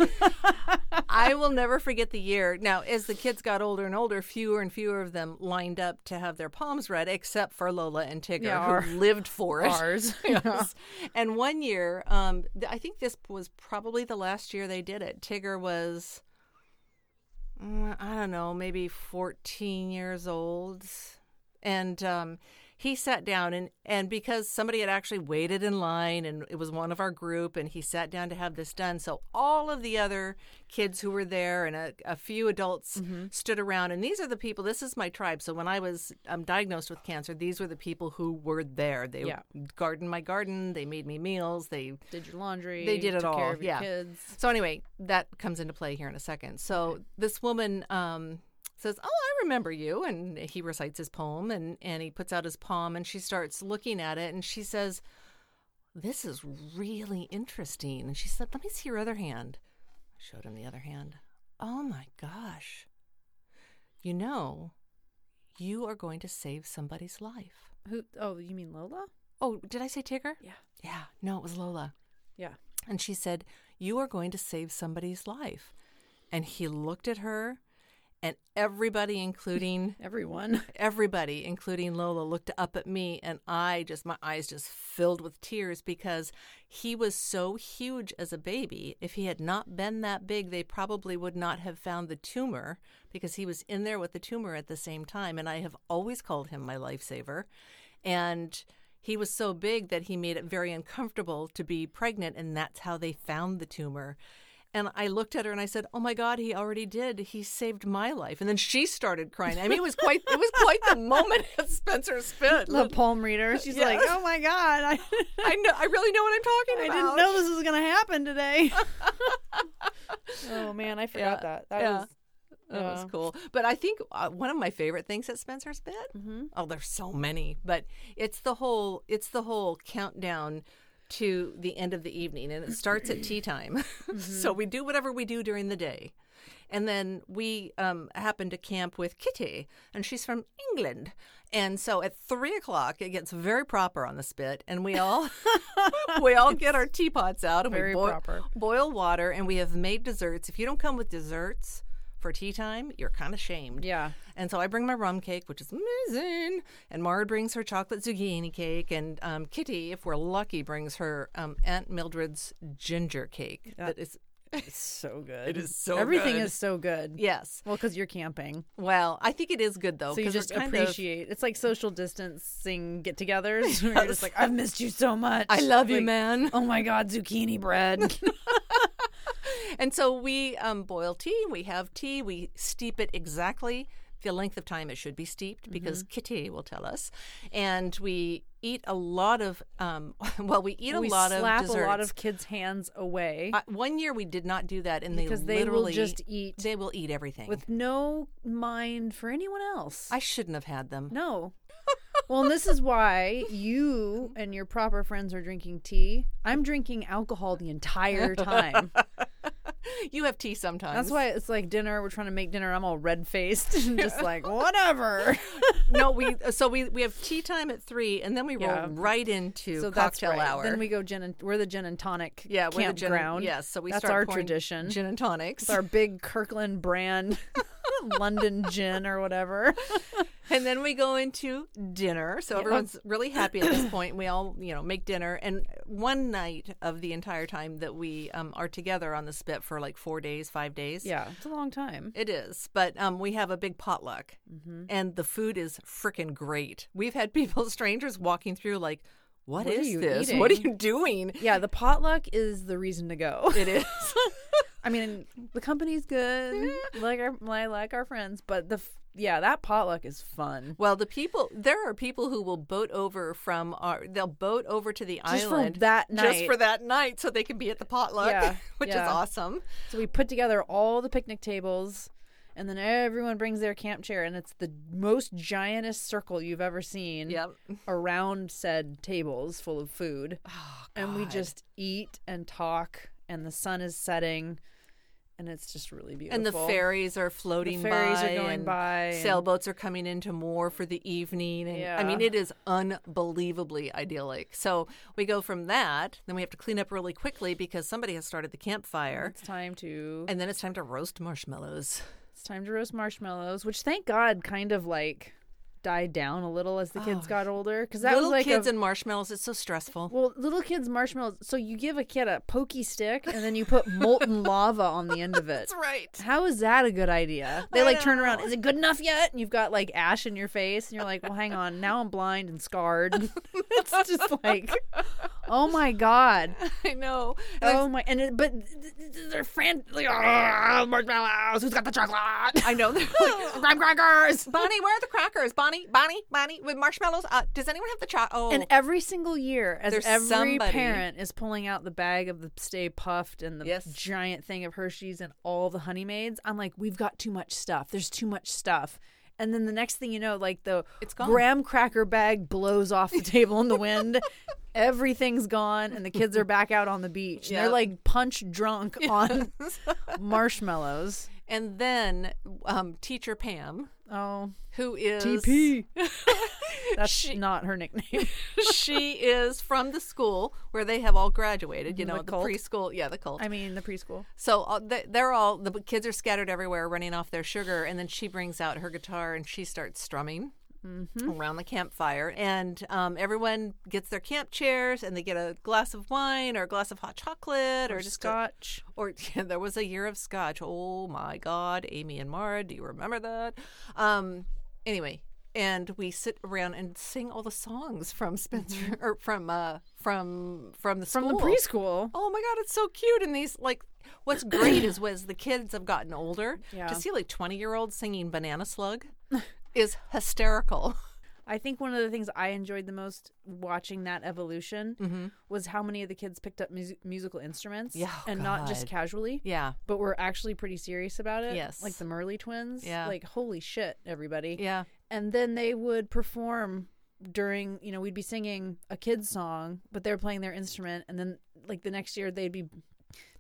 A: I will never forget the year. Now, as the kids got older and older, fewer and fewer of them lined up to have their palms read, except for Lola and Tigger,
C: Yeah,
A: who
C: our-
A: lived for [LAUGHS] it.
C: [LAUGHS] Ours.
A: Yes. And one year, um, th- I think this was probably the last year they did it. Tigger was, mm, I don't know, maybe 14 years old. And um, he sat down, and, and because somebody had actually waited in line, and it was one of our group, and he sat down to have this done. So all of the other kids who were there and a, a few adults stood around. And these are the people, this is my tribe. So when I was um, diagnosed with cancer, these were the people who were there. They
C: Yeah.
A: gardened my garden. They made me meals. They
C: Did your laundry.
A: They did it
C: took
A: all,
C: Care of your
A: yeah.
C: Kids.
A: so anyway, that comes into play here in a second. So this woman um, says, "Oh, I remember you," and he recites his poem and and he puts out his palm and she starts looking at it and she says, "This is really interesting." And she said, "Let me see your other hand." I showed him the other hand. Oh my gosh! You know, you are going to save somebody's life.
C: Who? Oh, you mean Lola?
A: Oh, did I say Tigger?
C: Yeah.
A: Yeah. No, it was Lola.
C: Yeah.
A: And she said, You are going to save somebody's life. And he looked at her, and everybody, including
C: Everyone.
A: everybody, including Lola, looked up at me. And I just, my eyes just filled with tears because he was so huge as a baby. If he had not been that big, they probably would not have found the tumor because he was in there with the tumor at the same time. And I have always called him my lifesaver. And he was so big that he made it very uncomfortable to be pregnant, and that's how they found the tumor. And I looked at her and I said, "Oh my God, he already did. He saved my life." And then she started crying. I mean, it was quite it was quite the moment [LAUGHS] at Spencer Spit.
C: [LAUGHS] the palm reader. She's
A: Yeah.
C: like, oh my god, I, [LAUGHS]
A: I know, I really know what I'm
C: I
A: talking about.
C: didn't know this was gonna happen today.
A: [LAUGHS]
C: oh man, I forgot
A: Yeah.
C: that. That
A: Yeah. [LAUGHS]
C: was
A: That was
C: Yeah.
A: cool. But I think uh, one of my favorite things at Spencer's Bit.
C: Mm-hmm.
A: Oh, there's so many, but it's the whole it's the whole countdown to the end of the evening, and it starts at tea time. [LAUGHS]
C: Mm-hmm.
A: so we do whatever we do during the day, and then we um, happen to camp with Kitty, and she's from England, and so at three o'clock it gets very proper on the spit, and we all [LAUGHS] we all get
C: [LAUGHS]
A: our teapots out and
C: Very
A: we boil,
C: proper.
A: boil water, and we have made desserts. If you don't come with desserts for tea time, you're kind of shamed.
C: yeah.
A: And so I bring my rum cake, which is amazing. And Mara brings her chocolate zucchini cake. And um, Kitty, if we're lucky, brings her um, Aunt Mildred's ginger cake. That is,
C: It's so good.
A: It is so
C: Everything
A: good.
C: is so good.
A: yes.
C: Well, because you're camping,
A: Well, I think it is good though.
C: so you
A: 'cause we're
C: just
A: kind of-
C: appreciate. It's like social distancing
A: [LAUGHS]
C: get-togethers. Where you're just like, I've missed you so much.
A: I love you,
C: Like,
A: man.
C: Oh my god, zucchini bread.
A: And so we um, boil tea. We have tea. We steep it exactly the length of time it should be steeped because Kitty will tell us. And we eat a lot of. Um, [LAUGHS] well, we eat [LAUGHS]
C: we
A: a lot
C: slap
A: of
C: a
A: desserts.
C: lot of kids' hands away
A: Uh, one year we did not do that, and
C: because
A: they
C: they will
A: literally
C: just eat
A: They will eat everything.
C: with no mind for anyone else.
A: I shouldn't have had them.
C: No. well, and this is why you and your proper friends are drinking tea. I'm drinking alcohol the [LAUGHS] entire time.
A: You have tea sometimes. [LAUGHS]
C: That's why it's like dinner. We're trying to make dinner. I'm all red faced [LAUGHS] and just like, whatever.
A: no, we uh, so we we have tea time at three, and then we roll
C: Yeah.
A: right into
C: [LAUGHS] so that's
A: cocktail
C: right.
A: hour.
C: Then we go gin and we're the gin and tonic
A: yeah, we're the gin and-
C: campground.
A: Yes, so we
C: that's
A: start
C: our
A: pouring
C: tradition. [LAUGHS]
A: Gin and tonics.
C: [LAUGHS] It's our big Kirkland brand London gin or whatever.
A: and then we go into dinner. So everyone's really happy at this point. We all, you know, make dinner. And one night of the entire time that we um, are together on the spit for like four days, five days.
C: Yeah, it's a long time.
A: It is, but um, we have a big potluck,
C: Mm-hmm.
A: and the food is freaking great. We've had people, [LAUGHS] strangers, walking through like,
C: What are
A: what is
C: you
A: this? What are
C: eating?"
A: you doing?"
C: Yeah, the potluck is the reason to go.
A: It
C: [LAUGHS]
A: is.
C: I mean, the company's good, like our I like our friends, but the f- yeah, that potluck is fun.
A: well, the people there are people who will boat over from our. They'll boat over to the
C: Just for
A: island
C: that
A: just for
C: night.
A: that night, so they can be at the potluck,
C: Yeah,
A: [LAUGHS] which
C: yeah.
A: is awesome.
C: So we put together all the picnic tables, and then everyone brings their camp chair, and it's the most giantest circle you've ever seen
A: Yep.
C: around said tables full of food, and we
A: God.
C: just eat and talk, and the sun is setting, and it's just really beautiful.
A: And the ferries are floating
C: ferries are
A: by
C: going
A: and
C: by and-
A: Sailboats are coming into more for the evening. And I mean,
C: Yeah.
A: it is unbelievably idyllic. So we go from that, then we have to clean up really quickly because somebody has started the campfire.
C: It's time to
A: And then it's time to roast marshmallows.
C: It's time to roast marshmallows, which thank God kind of like died down a little as the kids got older. Because that
A: Oh, Little
C: was like
A: kids
C: a,
A: and marshmallows, it's so stressful.
C: well, little kids marshmallows. So you give a kid a pokey stick and then you put
A: [LAUGHS]
C: molten lava on the end of it.
A: right.
C: How is that a good idea? They
A: I
C: like
A: don't
C: turn around.
A: know.
C: Is it good enough yet? And you've got like ash in your face, and you're like, "Well, hang on. Now I'm blind
A: [LAUGHS]
C: and scarred." it's just like, oh my god,
A: [LAUGHS] I know. And
C: oh my. And it, but they're frantic. "Ah, marshmallows. Who's got the chocolate?
A: I know. [LAUGHS] They're like,
C: [LAUGHS] Graham crackers.
A: Bonnie, where are the crackers? Bonnie, Bonnie, Bonnie, with marshmallows. Uh, does anyone have the chocolate? Oh,
C: And every single year, as
A: There's
C: every
A: somebody-
C: parent is pulling out the bag of the Stay Puffed and the
A: Yes.
C: giant thing of Hershey's and all the Honey Maids, I'm like, we've got too much stuff. There's too much stuff. And then the next thing you know, like the
A: It's gone.
C: graham cracker bag blows off the table in
A: [LAUGHS]
C: the wind. Everything's gone, and the kids are back out on the beach. And
A: Yep.
C: they're like punch drunk on
A: [LAUGHS]
C: marshmallows.
A: and then um, teacher Pam,
C: Oh,
A: who is.
C: TP.
A: [LAUGHS]
C: That's
A: She-
C: not her nickname.
A: she is from the school where they have all graduated. You
C: The
A: know, the,
C: cult.
A: preschool. Yeah, the cult.
C: I mean, the preschool.
A: so uh, they, they're all the kids are scattered everywhere, running off their sugar, and then she brings out her guitar and she starts strumming. Around the campfire, and um, everyone gets their camp chairs, and they get a glass of wine or a glass of hot chocolate, or, just a-
C: Scotch.
A: or [LAUGHS] yeah, there was a year of scotch. Oh my God, Amy and Mara, do you remember that? Um, anyway, and we sit around and sing all the songs from Spencer or from uh, from from the
C: Mm-hmm. From
A: school.
C: the preschool.
A: Oh my God, it's so cute. And these like, what's great is was the kids have gotten older.
C: Yeah.
A: To see like twenty year olds singing Banana Slug [LAUGHS] is hysterical.
C: I think one of the things I enjoyed the most watching that evolution was how many of the kids picked up mus- musical instruments
A: Mm-hmm. Yeah, oh
C: and not just
A: God.
C: casually,
A: Yeah.
C: but were actually pretty serious about it.
A: Yes.
C: Like the Murley twins.
A: Yeah.
C: Like, holy shit, everybody.
A: Yeah.
C: And then they would perform during, you know, we'd be singing a kid's song, but they're playing their instrument. And then, like, the next year they'd be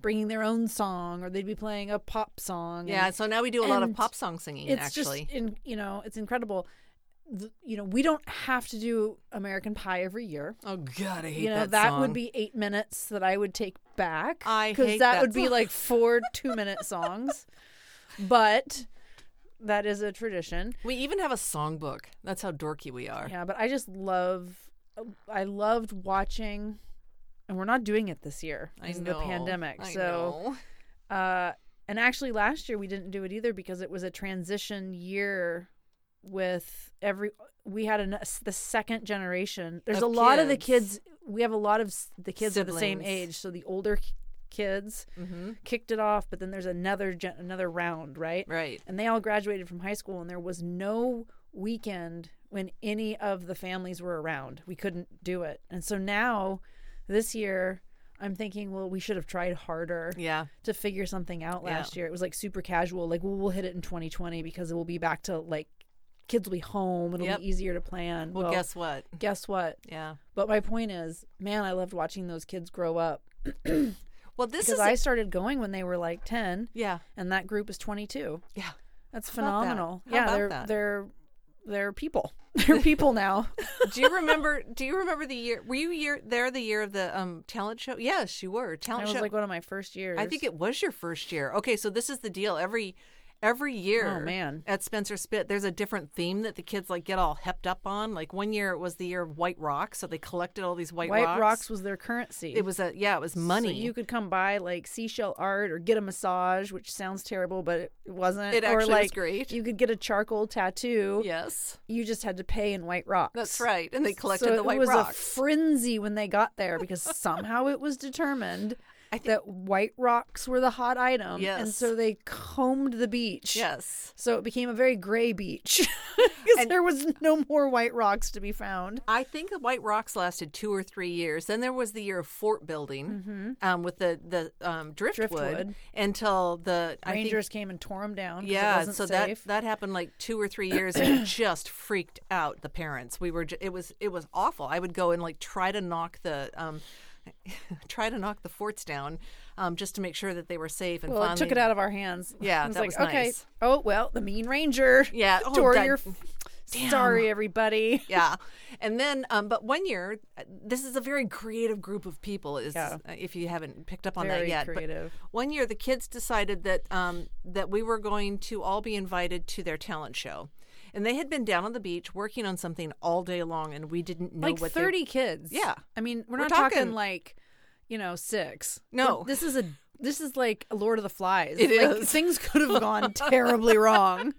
C: bringing their own song or they'd be playing a pop song.
A: Yeah.
C: and-
A: So now we do a lot of
C: and
A: pop song singing
C: it's
A: actually.
C: just in you know it's incredible the, you know we don't have to do american pie every year
A: oh God, I hate
C: you know
A: that
C: that,
A: song.
C: would be eight minutes that i would take back
A: I hate
C: that,
A: that
C: would be
A: song.
C: like
A: [LAUGHS]
C: four two minute songs but that is a tradition
A: We even have a songbook. That's how dorky we are.
C: yeah but i just love i loved watching and we're not doing it this year
A: I
C: because of
A: know.
C: the pandemic
A: I
C: so
A: know.
C: Uh, and actually, last year we didn't do it either because it was a transition year. With every, we had an, the second generation. There's
A: Of
C: a lot of the
A: kids.
C: kids. We have a lot of s- the kids of the same
A: Siblings.
C: age. So the older k- kids kicked it off, but then there's another gen, another round, right?
A: right.
C: And they all graduated from high school, and there was no weekend when any of the families were around. We couldn't do it, and so now, this year, I'm thinking, well, we should have tried harder
A: Yeah.
C: to figure something out
A: Yeah.
C: last year. It was like super casual, like well, we'll hit it in 2020 because it will be back to like kids will be home. It'll
A: Yep.
C: be easier to plan.
A: Well, guess what?
C: guess what?
A: Yeah.
C: But my point is, man, I loved watching those kids grow up
A: Well, this
C: because
A: is.
C: I started going when they were like 10,
A: yeah.
C: and that group is 22. [LAUGHS]
A: Yeah.
C: That's
A: about that?
C: phenomenal.
A: How
C: yeah,
A: about
C: they're
A: that?
C: they're they're
A: [LAUGHS]
C: people. [LAUGHS] They're people now.
A: Do you remember? do you remember the year? Were you year there the year of the um talent show? Yes, you were
C: That
A: talent
C: was
A: show.
C: like one of my first years.
A: I think it was your first year. Okay, so this is the deal. Every Every year,
C: Oh, man.
A: at Spencer Spit, there's a different theme that the kids like get all hepped up on. Like one year it was the year of white rocks, so they collected all these white,
C: White
A: rocks.
C: rocks. was their currency.
A: It was a yeah, it was
C: So
A: money.
C: you could come buy like seashell art or get a massage, which sounds terrible, but it wasn't.
A: It
C: or,
A: actually was
C: like,
A: great.
C: You could get a charcoal tattoo.
A: yes,
C: You just had to pay in white rocks.
A: that's right. And they collected
C: so
A: the white
C: it was a
A: rocks.
C: frenzy when they got
A: [LAUGHS]
C: there because somehow it was determined
A: I think-
C: that white rocks were the hot item, and
A: Yes.
C: so they combed the beach.
A: yes.
C: So it became a very gray beach [LAUGHS] because
A: And-
C: there was no more white rocks to be found.
A: I think the White Rocks lasted two or three years. Then there was the year of fort building um, with the the um, driftwood,
C: Driftwood.
A: until the I think-
C: Rangers came and tore them down. 'cause it
A: yeah,
C: wasn't
A: so
C: safe.
A: that that happened like two or three years, and it [CLEARS THROAT] just freaked out the parents. We were ju- it was it was awful. I would go and like try to knock the. Um, [LAUGHS] try to knock the forts down um, just to make sure that they were safe and
C: Well,
A: finally
C: it took it out of our hands.
A: Yeah,
C: I was
A: that
C: like,
A: was
C: okay.
A: nice.
C: Oh well, the Mean Ranger. [LAUGHS]
A: Yeah, oh,
C: tore
A: that-
C: your. f- Sorry, everybody.
A: yeah and then um but one year this is a very creative group of people is uh,
C: Yeah.
A: if you haven't picked up on that
C: Very
A: yet but
C: creative.
A: one year the kids decided that um that we were going to all be invited to their talent show and they had been down on the beach working on something all day long and we didn't know
C: Like
A: what
C: thirty kids.
A: Yeah.
C: I mean, we're,
A: We're
C: not talking,
A: talking-
C: like, you know, six.
A: No.
C: But this is a this is like a Lord of the Flies.
A: It
C: like,
A: is.
C: Things could
A: [LAUGHS]
C: have gone terribly wrong.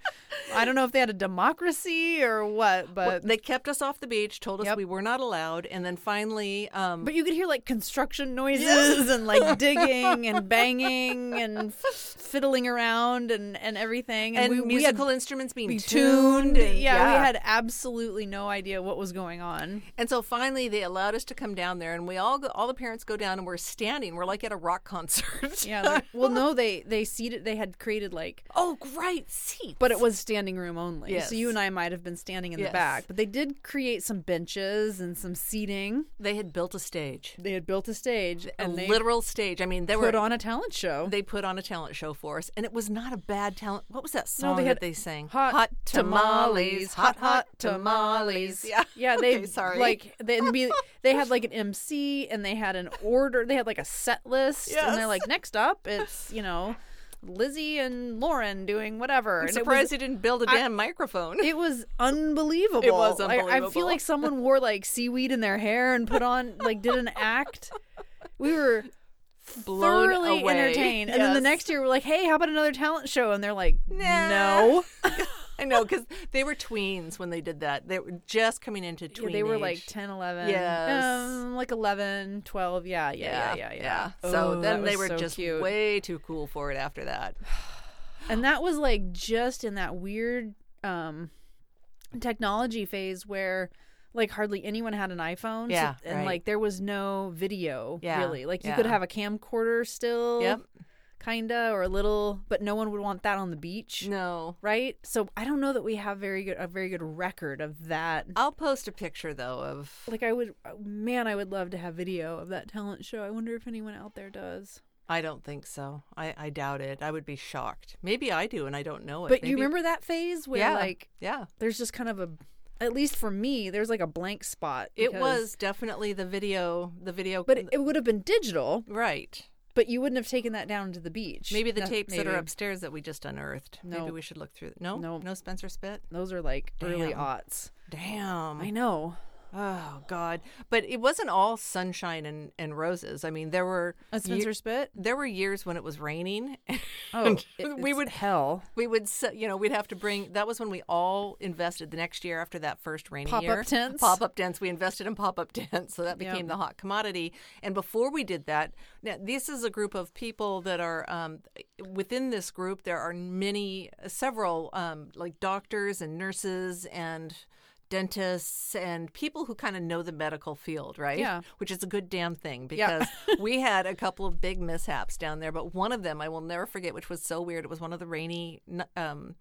C: I don't know if they had a democracy or what,
A: they,
C: but
A: they kept us off the beach told us
C: Yep.
A: we were not allowed and then finally um
C: But you could hear like construction noises and
A: [LAUGHS]
C: like digging and banging and f- fiddling around and, and everything.
A: and
C: we, we had
A: musical instruments being
C: be
A: tuned,
C: tuned.
A: and-
C: yeah, we had absolutely no idea what was going on.
A: And so finally, they allowed us to come down there, and we all go, all the parents go down, and we're standing. We're like at a rock [LAUGHS] concert.
C: Yeah. [LAUGHS] they're- well, no, they they seated. They had created like,
A: [LAUGHS] oh, great seats.
C: but it was standing room only.
A: Yes.
C: So you and I might have been standing in
A: Yes.
C: the back. But they did create some benches and some seating.
A: they had built a stage,
C: They had built a stage
A: a
C: and they
A: literal stage. I mean, they
C: put
A: were
C: on a talent show.
A: they put on a talent show for us, and it was not a bad talent. What was that song
C: No, they
A: that
C: had
A: they sang?
C: hot, tamales,
A: hot hot tamales.
C: Yeah,
A: Yeah, [LAUGHS]
C: yeah. They
A: okay, sorry.
C: like they and be they had like an MC and they had an order. They had like a set list, and they're
A: Yes.
C: like, next up, it's you know, Lizzie and Lauren doing whatever.
A: I'm
C: and
A: surprised you didn't build a damn microphone.
C: It was, it was unbelievable.
A: It was
C: Like, I feel
A: unbelievable.
C: like someone wore like seaweed in their hair and put on like did an act. We were
A: [LAUGHS] Blown
C: thoroughly
A: away.
C: entertained, and then the
A: Yes.
C: next year we're like, "Hey, how about another talent show?" And they're like,
A: Nah.
C: "No."
A: [LAUGHS] I know because they were tweens when they did that. They were just coming into tween.
C: Yeah, they were
A: age.
C: like 10 11
A: Yes.
C: um, like 11 12 yeah yeah yeah yeah, yeah.
A: So
C: Oh,
A: then
C: that
A: they
C: was
A: were
C: so
A: just
C: cute.
A: way too cool for it after
C: [SIGHS]
A: that.
C: and that was like just in that weird um technology phase where like hardly anyone had an iphone so-
A: Yeah,
C: and
A: right.
C: like there was no video
A: Yeah,
C: really like you could
A: yeah.
C: have a camcorder still
A: Yep.
C: kinda or a little but no one would want that on the beach
A: No.
C: right so i don't know that we have very good a very good record of that
A: I'll post a picture though of
C: like I would, uh, man, I would love to have video of that talent show. I wonder if anyone out there does.
A: I don't think so. I, I doubt it. I would be shocked. Maybe I do and I don't know it.
C: But do you
A: Maybe-
C: remember that phase where
A: yeah.
C: like
A: Yeah.
C: there's just kind of a, at least for me, there's like a blank spot.
A: It
C: because-
A: was definitely the video the video
C: but it, it would have been digital.
A: Right.
C: But you wouldn't have taken that down to the beach.
A: Maybe the
C: No,
A: tapes that are
C: maybe.
A: upstairs that we just unearthed. Maybe
C: Nope.
A: we should look through. No.
C: Nope.
A: No Spencer Spit.
C: Those are like early
A: Damn.
C: aughts.
A: Damn.
C: I know.
A: Oh God. But it wasn't all sunshine and, and roses. I mean, there were
C: A
A: ye-
C: Spencer Spit.
A: there were years when it was raining
C: Oh, it-
A: [LAUGHS] We
C: it's
A: would-
C: hell
A: We would, se- you know, we'd have to bring. That was when we all invested the next year after that first rainy
C: Pop-up
A: year.
C: tents?
A: Pop up tents. We invested in pop up [LAUGHS] tents, so that became the hot commodity. And before we did that, now this is a group of people that are um, within this group. There are many, uh, several, um, like doctors and nurses and dentists and people who kind of know the medical field, right?
C: Yeah.
A: Which is a good damn thing
C: Yeah.
A: because
C: [LAUGHS]
A: we had a couple of big mishaps down there, but one of them I will never forget, which was so weird. It was one of the rainy n- um,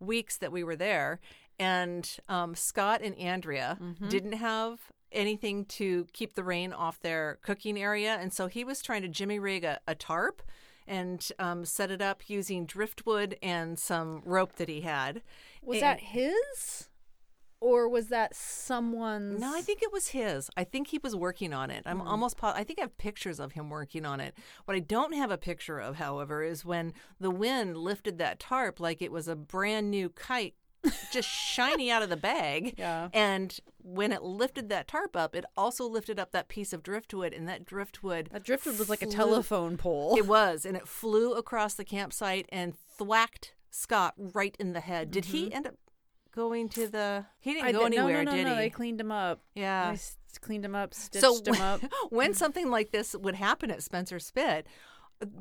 A: weeks that we were there, and um, Scott and Andrea
C: Mm-hmm.
A: didn't have anything to keep the rain off their cooking area, and so he was trying to jimmy rig a, a tarp. And um, set it up using driftwood and some rope that he had. And-
C: was that his? or was that someone's?
A: No, I think it was his. I think he was working on it.
C: Mm.
A: I'm almost po- I think I have pictures of him working on it. What I don't have a picture of, however, is when the wind lifted that tarp like it was a brand new kite just shiny out of the bag.
C: [LAUGHS] Yeah.
A: And when it lifted that tarp up, it also lifted up that piece of driftwood and that driftwood
C: that driftwood was like a
A: flew-
C: telephone pole.
A: It was, and it flew across the campsite and thwacked Scott right in the head. Did he end up going to the He didn't
C: Mm-hmm. I
A: go
C: did- no,
A: anywhere,
C: no, no,
A: did
C: no.
A: he?
C: They cleaned him up.
A: yeah.
C: I s- cleaned him up, stitched
A: So [LAUGHS]
C: him up.
A: when something like this would happen at Spencer Spit,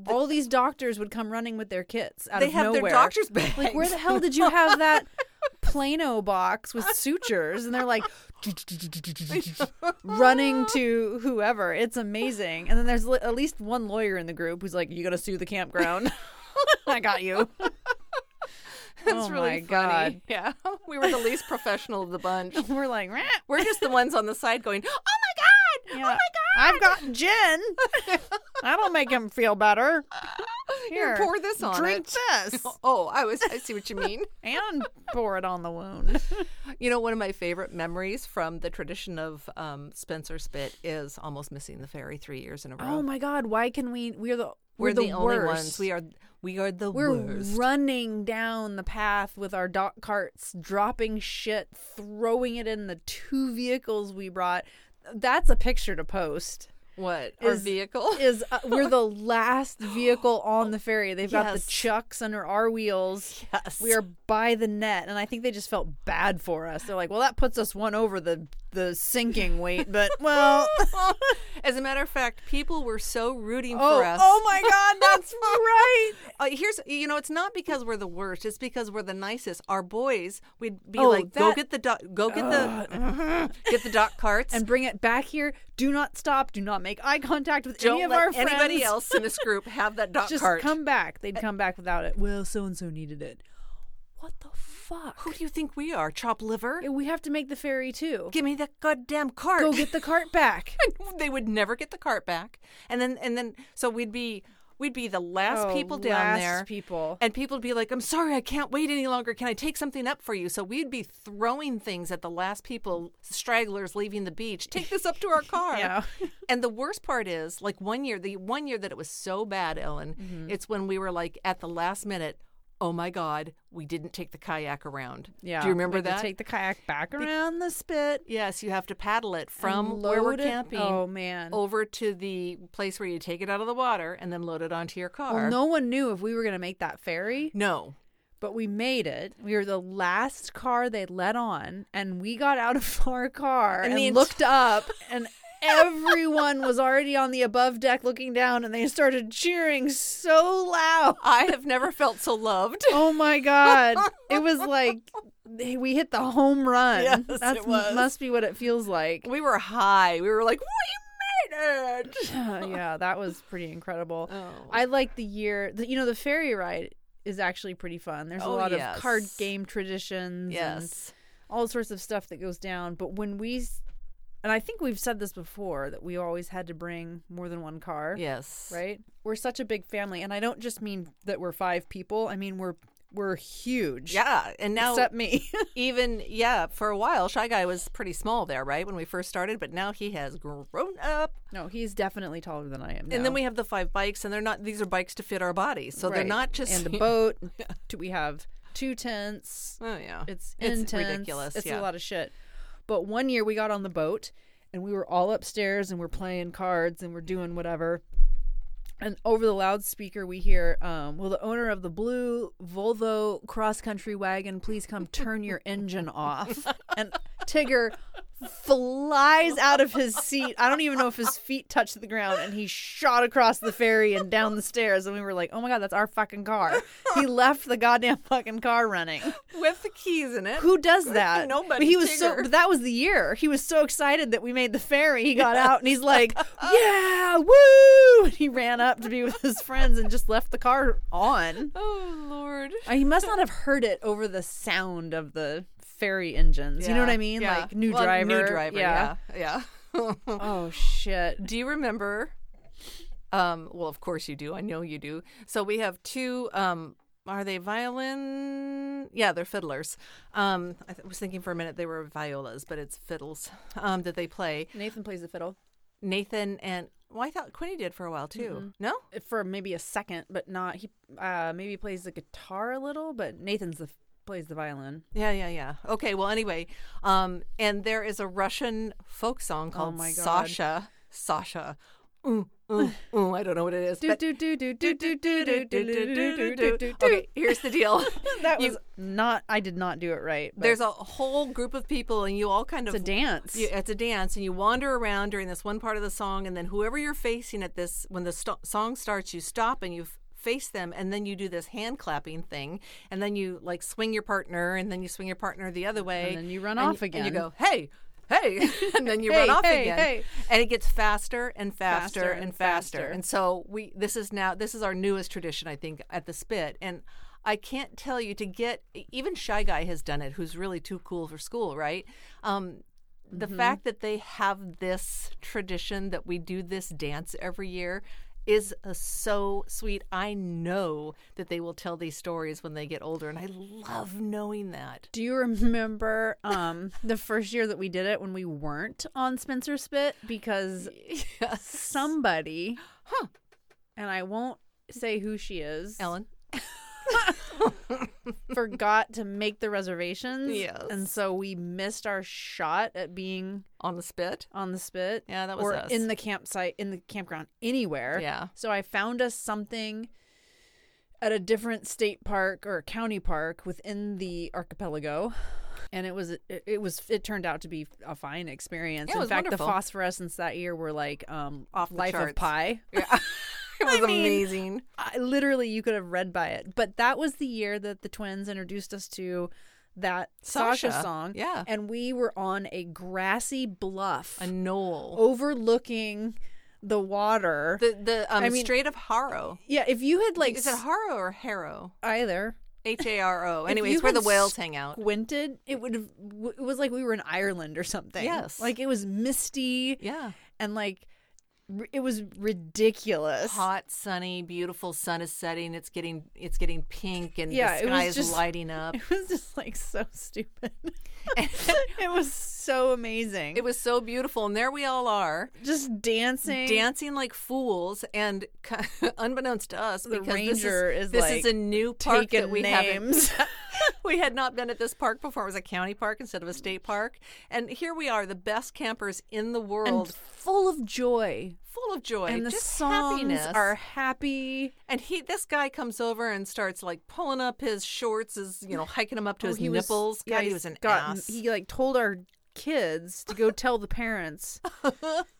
C: All these doctors would come running with their kits out
A: they
C: of
A: have
C: nowhere.
A: their doctor's bags.
C: like, where
A: [LAUGHS]
C: the hell did you have that Plano box with sutures? And
A: [LAUGHS]
C: they're like running to whoever. It's amazing. And then there's li- at least one lawyer in the group who's like, "You gotta sue the campground." [LAUGHS] I got you.
A: [LAUGHS] That's
C: oh
A: really
C: my
A: funny. Yeah, Oh, we were the least professional of the [LAUGHS] bunch.
C: [LAUGHS] We're like, "Rah."
A: We're just the ones on the side going, "Oh my god!
C: Yeah. I've got [LAUGHS] gin. That'll make him feel better. Here,
A: pour this on
C: Drink [LAUGHS] this
A: Oh, I was. I see what you mean."
C: and pour it on the wound.
A: [LAUGHS] You know, one of my favorite memories from the tradition of um, Spencer Spit is almost missing the ferry three years in a row.
C: [LAUGHS] Oh my God! Why can we? We're the
A: we're,
C: we're,
A: the,
C: worst.
A: only ones. We are. We are the
C: We're
A: worst.
C: running down the path with our dock carts, dropping shit, throwing it in the two vehicles we brought. That's a picture to post.
A: what our
C: is-
A: vehicle?
C: [LAUGHS]
A: [LAUGHS]
C: Is uh, we're the last vehicle on the ferry. They've got the
A: Yes.
C: chucks under our wheels.
A: yes.
C: We are by the net, and I think they just felt bad for us. They're like, "Well, that puts us one over the the sinking
A: [LAUGHS]
C: weight, but well."
A: As a matter of fact, people were so rooting
C: Oh,
A: for us.
C: oh my
A: [LAUGHS]
C: God, that's right.
A: Uh, here's you know, it's not because we're the worst; it's because we're the nicest. Our boys, we'd be
C: Oh,
A: like, "Go
C: that-
A: get the doc, go get the get the dock carts,
C: Mm-hmm. and bring it back here. Do not stop. Do not make eye contact
A: [LAUGHS]
C: with
A: don't
C: any of
A: let
C: our friends.
A: anybody else Eh. in this group have that dock
C: [LAUGHS] Just
A: cart."
C: come back. They'd come back without it. Well, so and so needed it. What the fuck?
A: Who do you think we are? Chop liver?
C: Yeah, We have to make the ferry too.
A: Give me that goddamn cart.
C: Go get the cart back.
A: [LAUGHS] they would never get the cart back, and then and then so we'd be we'd be the last
C: Oh,
A: people down
C: last
A: there.
C: People.
A: And people would be like, I'm sorry, I can't wait any longer. Can I take something up for you? So we'd be throwing things at the last people, stragglers leaving the beach. Take this up to
C: [LAUGHS]
A: our car.
C: Yeah.
A: [LAUGHS] And the worst part is, like one year, the one year that it was so bad, Ellen,
C: Mm-hmm.
A: it's when we were like at the last minute, oh my God, we didn't take the kayak around.
C: yeah.
A: Do you remember
C: We had to
A: that?
C: Take the kayak back around the spit.
A: yes, you have to paddle it
C: and
A: from where we're
C: load it-
A: camping
C: Oh man.
A: over to the place where you take it out of the water and then load it onto your car.
C: Well, no one knew if we were going to make that ferry.
A: No.
C: but we made it. We were the last car they let on, and we got out of [LAUGHS] our car
A: And
C: and,
A: the ent-
C: looked [LAUGHS] up, and everyone was already on the above deck looking down, and they started cheering so loud.
A: I have never felt so loved. [LAUGHS]
C: Oh my god! It was [LAUGHS] like we hit the home run.
A: Yes,
C: That's,
A: it was.
C: must be what it feels like.
A: We were high. We were like, we made [LAUGHS] it.
C: [LAUGHS] yeah, that was pretty incredible.
A: Oh.
C: I like the year. The, you know, the ferry ride is actually pretty fun. There's a
A: Oh,
C: lot
A: yes.
C: of card game traditions. and
A: Yes.
C: all sorts of stuff that goes down. But when we, s- and I think we've said this before, that we always had to bring more than one car.
A: Yes.
C: Right. We're such a big family, and I don't just mean that we're five people. I mean we're we're huge.
A: Yeah. And now, [LAUGHS]
C: Except me. [LAUGHS]
A: even, yeah, for a while, Shy Guy was pretty small there, right? When we first started, but now he has grown up.
C: no, he's definitely taller than I am.
A: And then
C: now.
A: we have the five bikes, and they're not, these are bikes to fit our bodies. So they're
C: Right.
A: not just.
C: and
A: [LAUGHS]
C: the boat. t- We have two tents.
A: Oh, yeah.
C: It's
A: It's
C: intense.
A: ridiculous,
C: It's
A: yeah.
C: a lot of shit. But one year we got on the boat and we were all upstairs and we're playing cards and we're doing whatever. And over the loudspeaker we hear, um, "Will the owner of the blue Volvo cross country wagon please come turn your engine off?"
A: [LAUGHS]
C: And Tigger flies out of his seat. I don't even know if his feet touched the ground, and he shot across the ferry and down the stairs. And we were like, "Oh my god, that's our fucking car!" He left the goddamn fucking car running.
A: with the keys in it.
C: Who does that?
A: Nobody,
C: But he was so.
A: Tigger.
C: but that was the year. He was so excited that we made the ferry. He got out and he's like, "Yeah, woo!" And he ran up to be with his friends and just left the car on.
A: Oh, Lord.
C: Uh, He must not have heard it over the sound of the ferry engines. You know what
A: Yeah,
C: I mean?
A: yeah.
C: Like new
A: Well,
C: driver.
A: New driver, yeah. Yeah. [LAUGHS]
C: Oh shit.
A: Do you remember? Um, well, of course you do. I know you do. So we have two um, are they violin? Yeah, they're fiddlers. Um, I th- was thinking for a minute they were violas, but it's fiddles um, that they play.
C: Nathan plays the fiddle
A: Nathan and well, I thought Quinny did for a while too.
C: Mm-hmm.
A: No,
C: for maybe a second, but not he. Uh, maybe plays the guitar a little, but Nathan's the plays the violin.
A: Yeah, yeah, yeah. Okay, well, anyway, um, and there is a Russian folk song called
C: Oh my God.
A: Sasha. Sasha. Ooh,
C: [SIGHS]
A: ooh, ooh, I don't know what it is.
C: Do
A: but-
C: do do do do do do do do do do do do.
A: Okay, here's the deal.
C: [LAUGHS] that
A: You-
C: was not. I did not do it right. but
A: There's a whole group of people, and you all kind of
C: it's a dance.
A: you, it's a dance, and you wander around during this one part of the song, and then whoever you're facing at this, when the sto- song starts, you stop and you f- face them, and then you do this hand clapping thing, and then you like swing your partner, and then you swing your partner the other way,
C: then you run
A: and
C: off
A: and
C: again.
A: you go, hey. Hey, [LAUGHS] and then you run
C: Hey,
A: off
C: hey,
A: again,
C: hey.
A: and it gets faster and faster,
C: Faster
A: and,
C: and
A: faster.
C: faster.
A: And so we, this is now, this is our newest tradition, I think, at the Spit. And I can't tell you to get e, even Shy Guy has done it, who's really too cool for school, right? Um, the
C: Mm-hmm.
A: fact that they have this tradition that we do this dance every year is uh, so sweet. I know that they will tell these stories when they get older, and I love knowing
C: [LAUGHS]
A: that.
C: Do you remember um, the first year that we did it when we weren't on Spencer Spit because somebody,
A: Huh.
C: and I won't say who she is,
A: Ellen.
C: forgot to make the reservations.
A: [LAUGHS] Yes.
C: and so we missed our shot at being
A: On the spit.
C: on the spit.
A: Yeah, that was
C: or
A: us.
C: in the campsite, in the campground, anywhere.
A: Yeah.
C: So I found us something at a different state park or county park within the archipelago. And it was it, it was it turned out to be a fine experience.
A: Yeah, it
C: in
A: was
C: fact,
A: wonderful.
C: the phosphorescence that year were like um
A: Off the
C: life
A: charts.
C: of pi.
A: It was
C: I mean-
A: amazing.
C: [LAUGHS] I, literally, you could have read by it. But that was the year that the twins introduced us to that Sasha,
A: Sasha.
C: song.
A: Yeah.
C: and we were on a grassy bluff
A: A knoll.
C: overlooking the water.
A: Oh, The the um,
C: I mean-
A: Strait of Harrow.
C: yeah, if you had like
A: Is it Harrow or Harrow?
C: either
A: H A R O.
C: If
A: Anyway,
C: you
A: it's where the
C: had
A: whales hang out.
C: squinted, it would have. w- It was like we were in Ireland or something.
A: Yes.
C: like it was misty
A: Yeah.
C: and like r- it was ridiculous.
A: hot, sunny, beautiful sun is setting. It's getting it's getting pink and
C: Yeah, it
A: the
C: was
A: sky is
C: just-
A: lighting
C: [LAUGHS]
A: up.
C: [LAUGHS] It was just like so
A: [LAUGHS]
C: stupid. [LAUGHS] it was so amazing.
A: It was so beautiful, and there we all are
C: just dancing.
A: dancing like fools. And [LAUGHS] unbeknownst to us,
C: The
A: because
C: ranger
A: this
C: is,
A: is, this
C: like,
A: is a new park
C: taking
A: that we
C: names.
A: haven't. [LAUGHS] we had not been at this park before. It was a county park instead of a state park, and here we are, the best campers in the world,
C: and full of joy.
A: full of joy,
C: And the
A: just
C: songs
A: happiness.
C: are happy.
A: And he, this guy comes over and starts like pulling up his shorts, is you know hiking him up to
C: Oh,
A: his
C: he was-
A: nipples. God, he
C: he's
A: was an
C: got-
A: ass.
C: He like told our kids to go tell
A: [LAUGHS]
C: the parents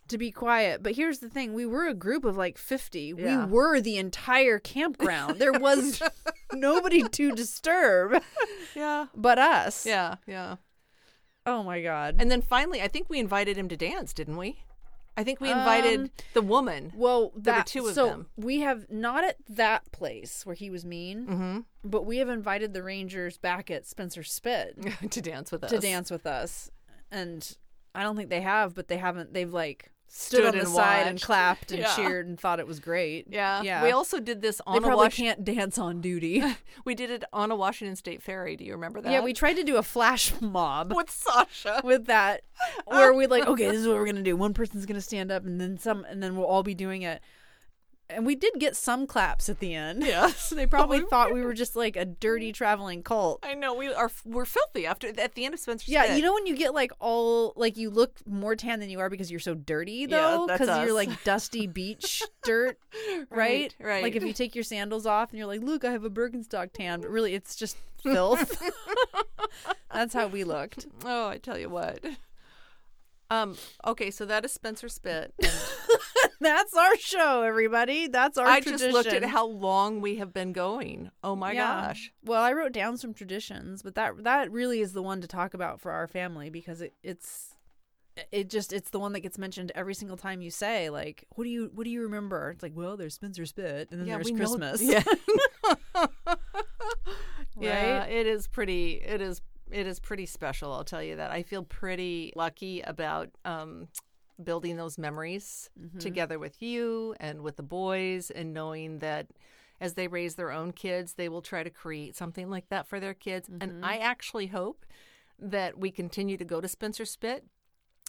C: to be quiet. But here's the thing: we were a group of like fifty.
A: Yeah.
C: We were the entire campground. There
A: [LAUGHS]
C: was nobody to disturb
A: yeah,
C: but us.
A: yeah, yeah.
C: Oh my god.
A: And then finally, I think we invited him to dance, didn't we? I think we invited
C: Um,
A: the woman. [LAUGHS]
C: well, that,
A: there were two of
C: so
A: them.
C: we have not at that place where he was mean,
A: Mm-hmm.
C: but we have invited the Rangers back at Spencer Spit
A: to dance with us.
C: to dance with us, and I don't think they have, but they haven't. They've like stood,
A: Stood
C: on the
A: and
C: side and
A: watched.
C: clapped and
A: Yeah.
C: cheered and thought it was great.
A: Yeah.
C: yeah.
A: We also did this
C: they
A: on a
C: probably
A: Wash-
C: can't dance on
A: [LAUGHS]
C: duty. [LAUGHS]
A: we did it on a Washington State ferry. Do you remember that?
C: yeah, we tried to do a flash mob.
A: [LAUGHS] with Sasha. [LAUGHS]
C: with that where we like okay this is what we're gonna do one person's gonna stand up and then some and then we'll all be doing it and we did get some claps at the end [LAUGHS]
A: Yes.
C: they probably thought we were just like a dirty traveling cult
A: I know we are. We're filthy after at the end of Spencer's.
C: yeah you know when you get like all like you look more tan than you are because you're so dirty
A: Yeah,
C: though
A: that's
C: because
A: us.
C: you're like
A: [LAUGHS]
C: dusty beach dirt right
A: Right, right.
C: like if you take your sandals off and you're like look i have a birkenstock tan but really it's just
A: [LAUGHS]
C: filth that's how we looked
A: Oh, I tell you what. [LAUGHS] Um. Okay, so that is Spencer Spit.
C: That's our show, everybody. That's our
A: I
C: tradition.
A: just looked at how long we have been going. Oh my
C: Yeah.
A: gosh.
C: Well, I wrote down some traditions, but that that really is the one to talk about for our family because it, it's it just it's the one that gets mentioned every single time you say like what do you what do you remember? It's like well there's Spencer Spit and then there's
A: [LAUGHS]
C: Christmas.
A: Yeah. yeah,
C: Right?
A: it is pretty it is it is pretty special, I'll tell you that. I feel pretty lucky about um
C: Mm-hmm.
A: building those memories together with you and with the boys and knowing that as they raise their own kids, they will try to create something like that for their kids.
C: Mm-hmm.
A: And I actually hope that we continue to go to Spencer Spit,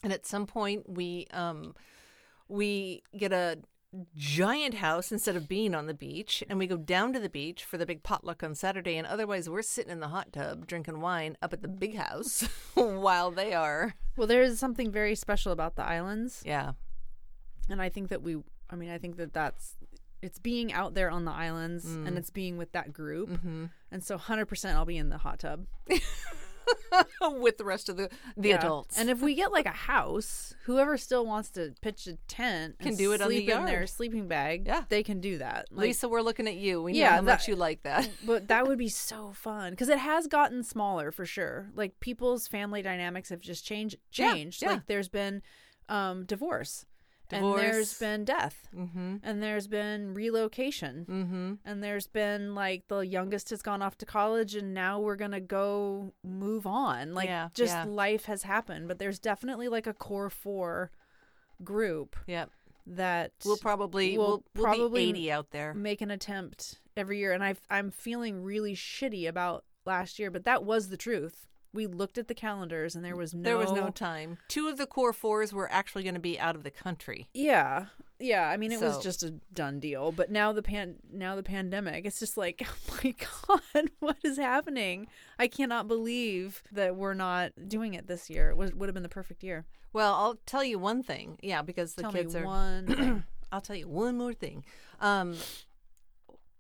A: and at some point we um, we get a giant house instead of being on the beach and we go down to the beach for the big potluck on Saturday and otherwise we're sitting in the hot tub drinking wine up at the big house [LAUGHS] while they are
C: Well, there is something very special about the islands,
A: yeah [LAUGHS]
C: and I think that we. I mean, I think that that's it's being out there on the islands
A: Mm.
C: and it's being with that group,
A: Mm-hmm.
C: and so hundred percent, I'll be in the hot tub.
A: with the rest of the the
C: Yeah.
A: adults
C: And if we get like a house, whoever still wants to pitch a tent
A: Can
C: and
A: do it on the
C: sleep in their
A: yard.
C: sleeping bag,
A: Yeah.
C: they can do that. Like,
A: Lisa we're looking at you we know
C: Yeah,
A: how much
C: that-
A: you like
C: [LAUGHS]
A: that
C: but that would be so fun because it has gotten smaller for sure. Like people's family dynamics have just changed.
A: Yeah,
C: Changed.
A: yeah.
C: Like there's been um, divorce, and
A: Divorce.
C: there's been death,
A: mm-hmm
C: and there's been relocation,
A: mm-hmm
C: and there's been like the youngest has gone off to college, and now we're gonna go move on. Like
A: Yeah,
C: just
A: yeah.
C: life has happened, but there's definitely like a core four group
A: yeah
C: that
A: we'll probably
C: We'll
A: we'll, we'll
C: probably-
A: be 80 out there
C: make an attempt every year and I I'm feeling really shitty about last year but that was the truth. We looked at the calendars and there was no
A: there was no time two of the core fours were actually going to be out of the country
C: Yeah. Yeah, I mean it was
A: So-
C: just a done deal, but now the pan now the pandemic, it's just like, [LAUGHS] oh my god, [LAUGHS] what is happening? I cannot believe that we're not doing it this year. It was, would have been the perfect year.
A: Well, I'll tell you one thing. Yeah, because the
C: Tell me
A: kids are. [CLEARS THROAT]
C: one thing.
A: I'll tell you one more thing. Um,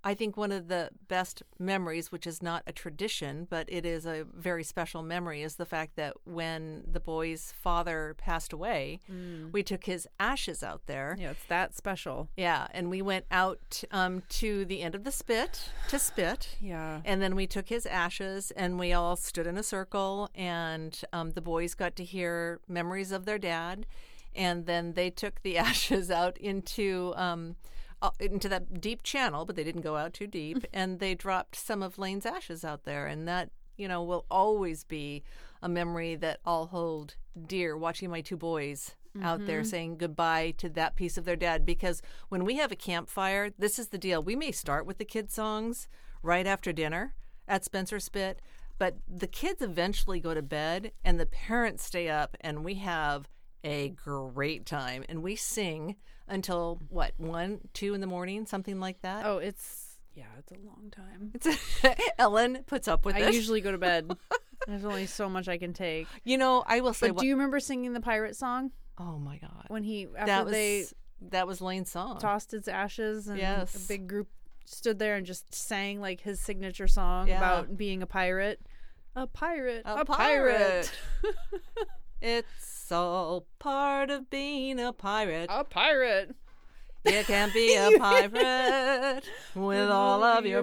A: I think one of the best memories, which is not a tradition, but it is a very special memory, is the fact that when the boy's father passed away, we took his ashes out there.
C: Yeah, it's that special.
A: Yeah, and we went out um, to the end of the spit to spit.
C: Yeah.
A: And then we took his ashes and we all stood in a circle, and um, the boys got to hear memories of their dad. And then they took the [LAUGHS] ashes out into. Um, uh, into that deep channel, but they didn't go out too deep, and they dropped some of Lane's ashes out there, and that you know will always be a memory that I'll hold dear. Watching my two boys out there
C: Mm-hmm.
A: saying goodbye to that piece of their dad, because when we have a campfire, this is the deal. We may start with the kid songs, right after dinner at Spencer Spit. But the kids eventually go to bed and the parents stay up and we have a great time and we sing until what, one, two in the morning, something like that.
C: Oh, it's yeah, it's a long time.
A: [LAUGHS] Ellen puts up with
C: Oh. I
A: it.
C: usually go
A: [LAUGHS]
C: to bed. There's only so much I can take.
A: you know, I will say
C: But do you remember singing the pirate song
A: Oh my god.
C: when he after
A: That was
C: they
A: that was Lane's song.
C: tossed his ashes and
A: Yes.
C: a big group stood there and just sang like his signature song
A: Yeah.
C: about being a pirate. A pirate,
A: A
C: a, pirate,
A: It's all part of being a pirate.
C: [LAUGHS] a pirate.
A: You can be
C: [LAUGHS]
A: a pirate with all of your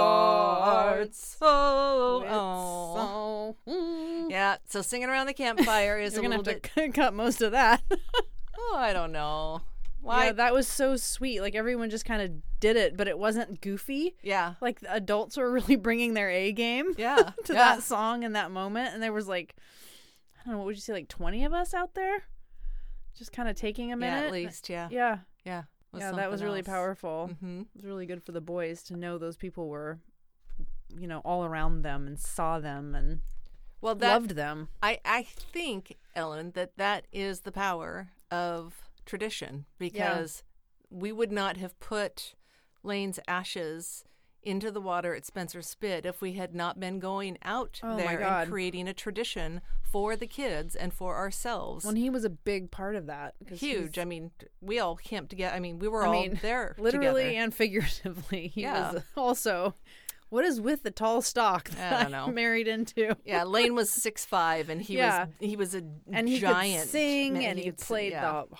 A: parts. Oh, oh.
C: So, [LAUGHS] mm.
A: yeah. So singing around the campfire is
C: [LAUGHS] You're
A: a
C: gonna
A: little
C: have to
A: bit.
C: cut most of that. [LAUGHS]
A: Oh, I don't know why.
C: yeah, that was so sweet. Like everyone just kind of did it, but it wasn't goofy. [LAUGHS]
A: yeah,
C: Like the adults were really bringing their A game.
A: yeah,
C: to
A: yeah.
C: that song in that moment and there was like i don't know what would you say like 20 of us out there just kind of taking a minute
A: yeah, at least, yeah, yeah.
C: yeah
A: was
C: yeah that was
A: something
C: really
A: else.
C: powerful
A: Mhm.
C: it was really good for the boys to know those people were you know all around them and saw them and
A: Well, that
C: loved them
A: I I think Ellen that that is the power of tradition because we would not have put Lane's ashes into the water at Spencer Spit if we had not been going out
C: Oh my
A: there and
C: God.
A: creating a tradition for the kids and for ourselves.
C: when he was a big part of that 'cause he's-
A: Huge. I mean, we all camped together. I mean, we were
C: I
A: all
C: mean,
A: there
C: [LAUGHS] literally
A: together.
C: and figuratively he
A: Yeah.
C: was also what is with the tall stock [LAUGHS] that
A: I don't know.
C: married into
A: Yeah, Lane was six five, and he
C: [LAUGHS] Yeah.
A: was he was a
C: and he
A: giant.
C: could sing
A: man.
C: and he,
A: could sing,
C: played
A: yeah.
C: the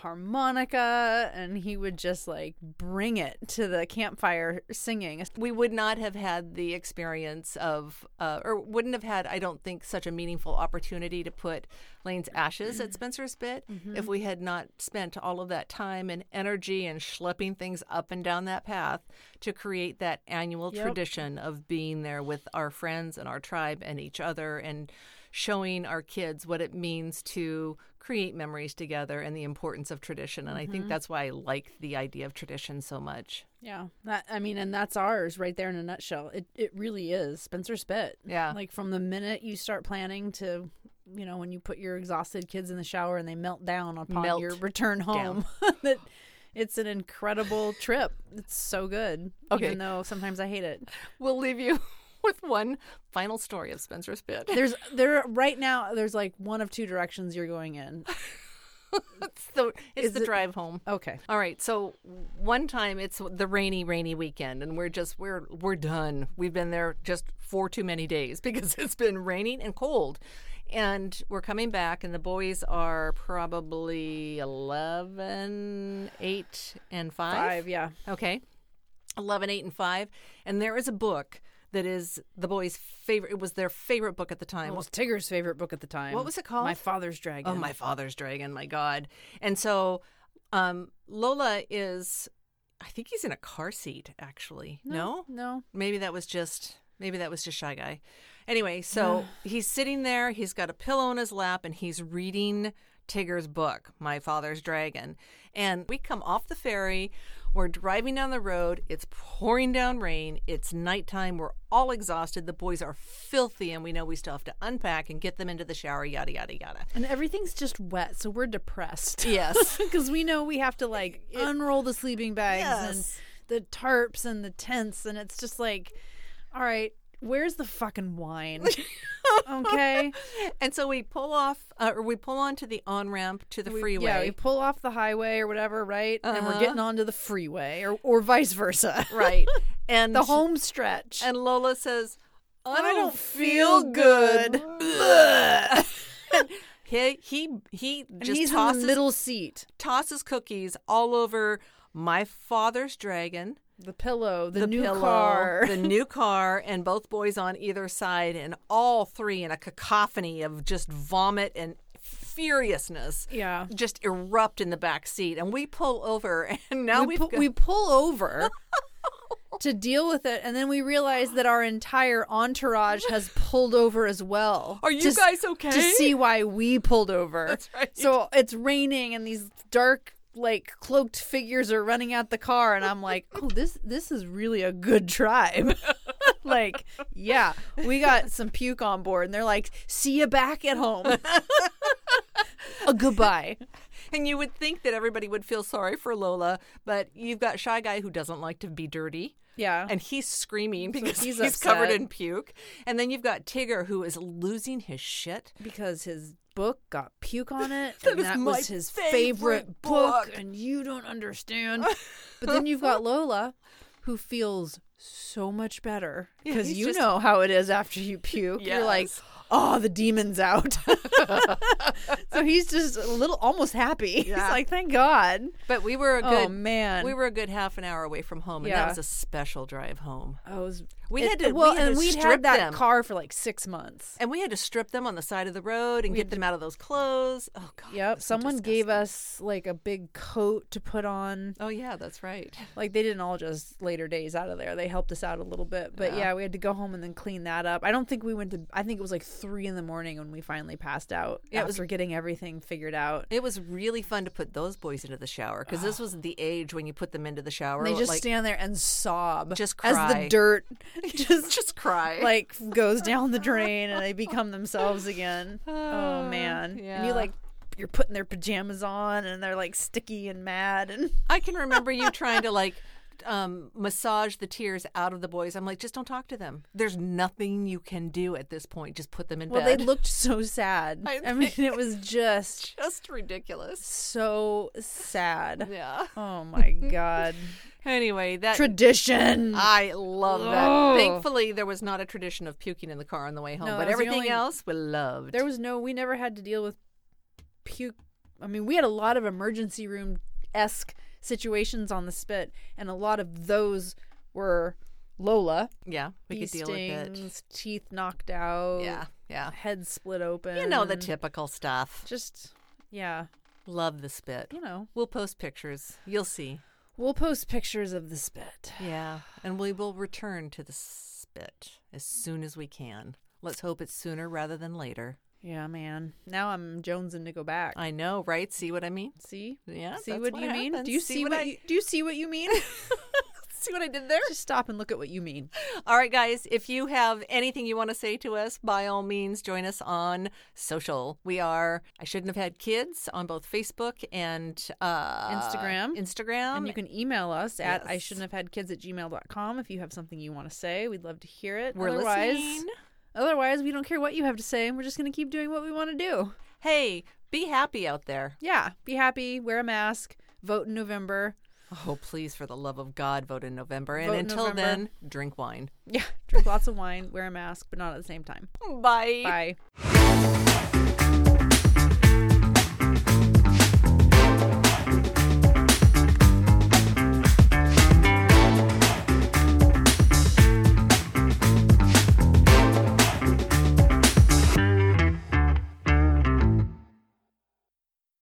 C: harmonica and he would just like bring it to the campfire singing
A: we would not have had the experience of, uh, or wouldn't have had, I don't think, such a meaningful opportunity to put Lane's ashes at Spencer's Bit if we had not spent all of that time and energy and schlepping things up and down that path to create that annual
C: Yep.
A: tradition of being there with our friends and our tribe and each other and showing our kids what it means to create memories together and the importance of tradition. And I think that's why I like the idea of tradition so much.
C: Yeah, that I mean, and that's ours right there in a nutshell. It it really is Spencer Spit.
A: Yeah.
C: like from the minute you start planning to, you know, when you put your exhausted kids in the shower and they melt down upon
A: Melt
C: your return home, [LAUGHS] that it's an incredible trip. It's so good.
A: Okay.
C: even though sometimes I hate it.
A: We'll leave you [LAUGHS] with one final story of Spencer Spit. [LAUGHS]
C: There's there right now. There's like one of two directions you're going in.
A: It's the, it's
C: Is
A: the
C: it-
A: drive home.
C: Okay,
A: Oh, All right, so one time it's the rainy, rainy weekend, and we're just we're we're done. We've been there just for too many days [LAUGHS] because it's been raining and cold, and we're coming back, and the boys are probably 11, 8, and
C: five. Yeah,
A: Okay. 11, 8, and 5. And there is a book that is the boys' favorite. It was their favorite book at the time.
C: it was Tigger's favorite book at the time.
A: What was it called?
C: My Father's Dragon.
A: Oh, my father's dragon, my God. And so um, Lola is, I think he's in a car seat, actually. No?
C: no.
A: Maybe that was just. Maybe that was just Shy Guy. Anyway, so he's sitting there, he's got a pillow in his lap, and he's reading Tigger's book, My Father's Dragon. And we come off the ferry, we're driving down the road, it's pouring down rain, it's nighttime, we're all exhausted, the boys are filthy, and we know we still have to unpack and get them into the shower, yada, yada, yada.
C: And everything's just wet, so we're depressed. [LAUGHS]
A: Yes.
C: because we know we have to like unroll the sleeping bags
A: Yes.
C: and the tarps and the tents, and it's just like, all right, where's the fucking wine? [LAUGHS] okay,
A: [LAUGHS] and so we pull off, uh, or we pull onto the on ramp to the freeway.
C: Yeah, we pull off the highway or whatever, right? And we're getting onto the freeway, or or vice [LAUGHS] versa.
A: [LAUGHS] right. And
C: the home stretch.
A: [LAUGHS] and Lola says, "I
C: don't
A: don't
C: feel
A: feel good." And he he he
C: And
A: just
C: he's
A: tosses
C: in the middle seat.
A: tosses cookies all over my father's dragon,
C: The pillow, the,
A: the
C: new
A: pillow,
C: car.
A: [LAUGHS] the
C: [LAUGHS]
A: new car, and both boys on either side, and all three in a cacophony of just vomit and furiousness.
C: yeah.
A: just erupt in the back seat and we pull over [LAUGHS] and now
C: we,
A: we've
C: pu-
A: got-
C: we
A: [LAUGHS]
C: pull over to deal with it, and then we realize that our entire entourage has pulled over as well.
A: Are you
C: to s-
A: guys okay?
C: To see why we pulled over.
A: That's right.
C: So it's raining, and these dark, like cloaked figures are running out the car, and I'm like, oh, this this is really a good tribe. [LAUGHS] like, yeah, we got some puke on board, and they're like, see you back at home. [LAUGHS] a goodbye.
A: and you would think that everybody would feel sorry for Lola, but you've got shy guy who doesn't like to be dirty.
C: Yeah.
A: And he's [LAUGHS] screaming because
C: he's
A: Oh. he's, covered
C: upset.
A: in puke. And then you've got Tigger who is losing his shit.
C: because his book got puke on it
A: [LAUGHS] That
C: and
A: is
C: that
A: my
C: was his favorite,
A: favorite
C: book,
A: book.
C: and you don't
A: [LAUGHS]
C: understand but then you've got lola who feels so much better
A: [LAUGHS] Yeah,
C: because
A: he's
C: you
A: just-
C: know how it is after you puke you're like
A: Yes.
C: oh the demon's out [LAUGHS] so he's just a little almost happy [LAUGHS] he's
A: Yeah.
C: like thank god
A: But we were a
C: Oh,
A: good
C: man.
A: We were a good half an hour away from home and
C: Yeah.
A: that was a special drive home.
C: I was,
A: We
C: it-
A: had to-
C: well
A: we had to
C: and we'd
A: strip
C: had that
A: them.
C: car for like six months
A: And we had to strip them on the side of the road and get them out of those clothes. Oh god. it
C: Yep.
A: was so
C: Someone gave
A: disgusting.
C: us like a big coat to put on.
A: Oh yeah, that's right.
C: Like they didn't all just later days out of there. They helped us out a little bit. But yeah.
A: Yeah.
C: we had to go home and then clean that up. I don't think we went to I think it was like three in the morning when we finally passed out
A: Yeah, it was-
C: after getting everything figured out.
A: It was really fun to put those boys into the shower because this was the age when you put them into the shower.
C: And they just
A: like,
C: stand there and sob
A: Just
C: as
A: cry. [LAUGHS]
C: the dirt
A: just [LAUGHS] just cry.
C: like goes down the drain and they become
A: [SIGHS]
C: themselves again. Oh man. And
A: yeah.
C: you like you're putting their pajamas on and they're like sticky and
A: [LAUGHS]
C: mad and
A: I can remember you trying to like um, massage the tears out of the boys. I'm like, just don't talk to them. There's nothing you can do at this point. Just put them in
C: well
A: bed.
C: they looked so sad.
A: I
C: I mean it was just
A: just ridiculous.
C: so sad.
A: Yeah.
C: Oh [LAUGHS] my god.
A: Anyway, that.
C: Tradition.
A: I love that.
C: Ugh.
A: Thankfully, there was not a tradition of puking in the car on the way home,
C: No, that
A: but
C: was the
A: everything
C: only-
A: else we loved.
C: There was no we never had to deal with puke. I mean, we had a lot of emergency room esque situations on the spit and a lot of those were Lola.
A: yeah, we
C: bee
A: could deal with it.
C: stings, Teeth knocked out.
A: Yeah, yeah.
C: Head split open.
A: You know the typical stuff.
C: Just yeah,
A: Love the spit.
C: you know.
A: We'll post pictures. You'll see.
C: We'll post pictures of the spit.
A: Yeah. And we will return to the spit as soon as we can. Let's hope it's sooner rather than later.
C: Yeah, man. Now I'm jonesing to go back.
A: I know, right? See what I mean?
C: see,
A: Yeah.
C: see
A: that's
C: what, you mean?
A: happens.
C: Do you see, what,
A: I,
C: you, do you see what you [LAUGHS] mean?
A: see what I did there?
C: Just stop and look at what you mean.
A: All right, guys, if you have anything you want to say to us, by all means, join us on social. We are I Shouldn't Have Had Kids on both Facebook and uh,
C: Instagram.
A: Instagram.
C: and you can email us at I
A: yes.
C: shouldn't have had kids at gmail.com if you have something you want to say. We'd love to hear it.
A: We're
C: otherwise,
A: listening.
C: otherwise, we don't care what you have to say, and we're just going to keep doing what we want to do.
A: Hey, be happy out there.
C: Yeah, be happy, wear a mask, vote in November.
A: Oh, please, for the love of God, vote in November. And
C: Vote in
A: until
C: November.
A: then, drink wine.
C: [LAUGHS] Yeah, drink lots of wine, wear a mask, but not at the same time.
A: Bye.
C: Bye.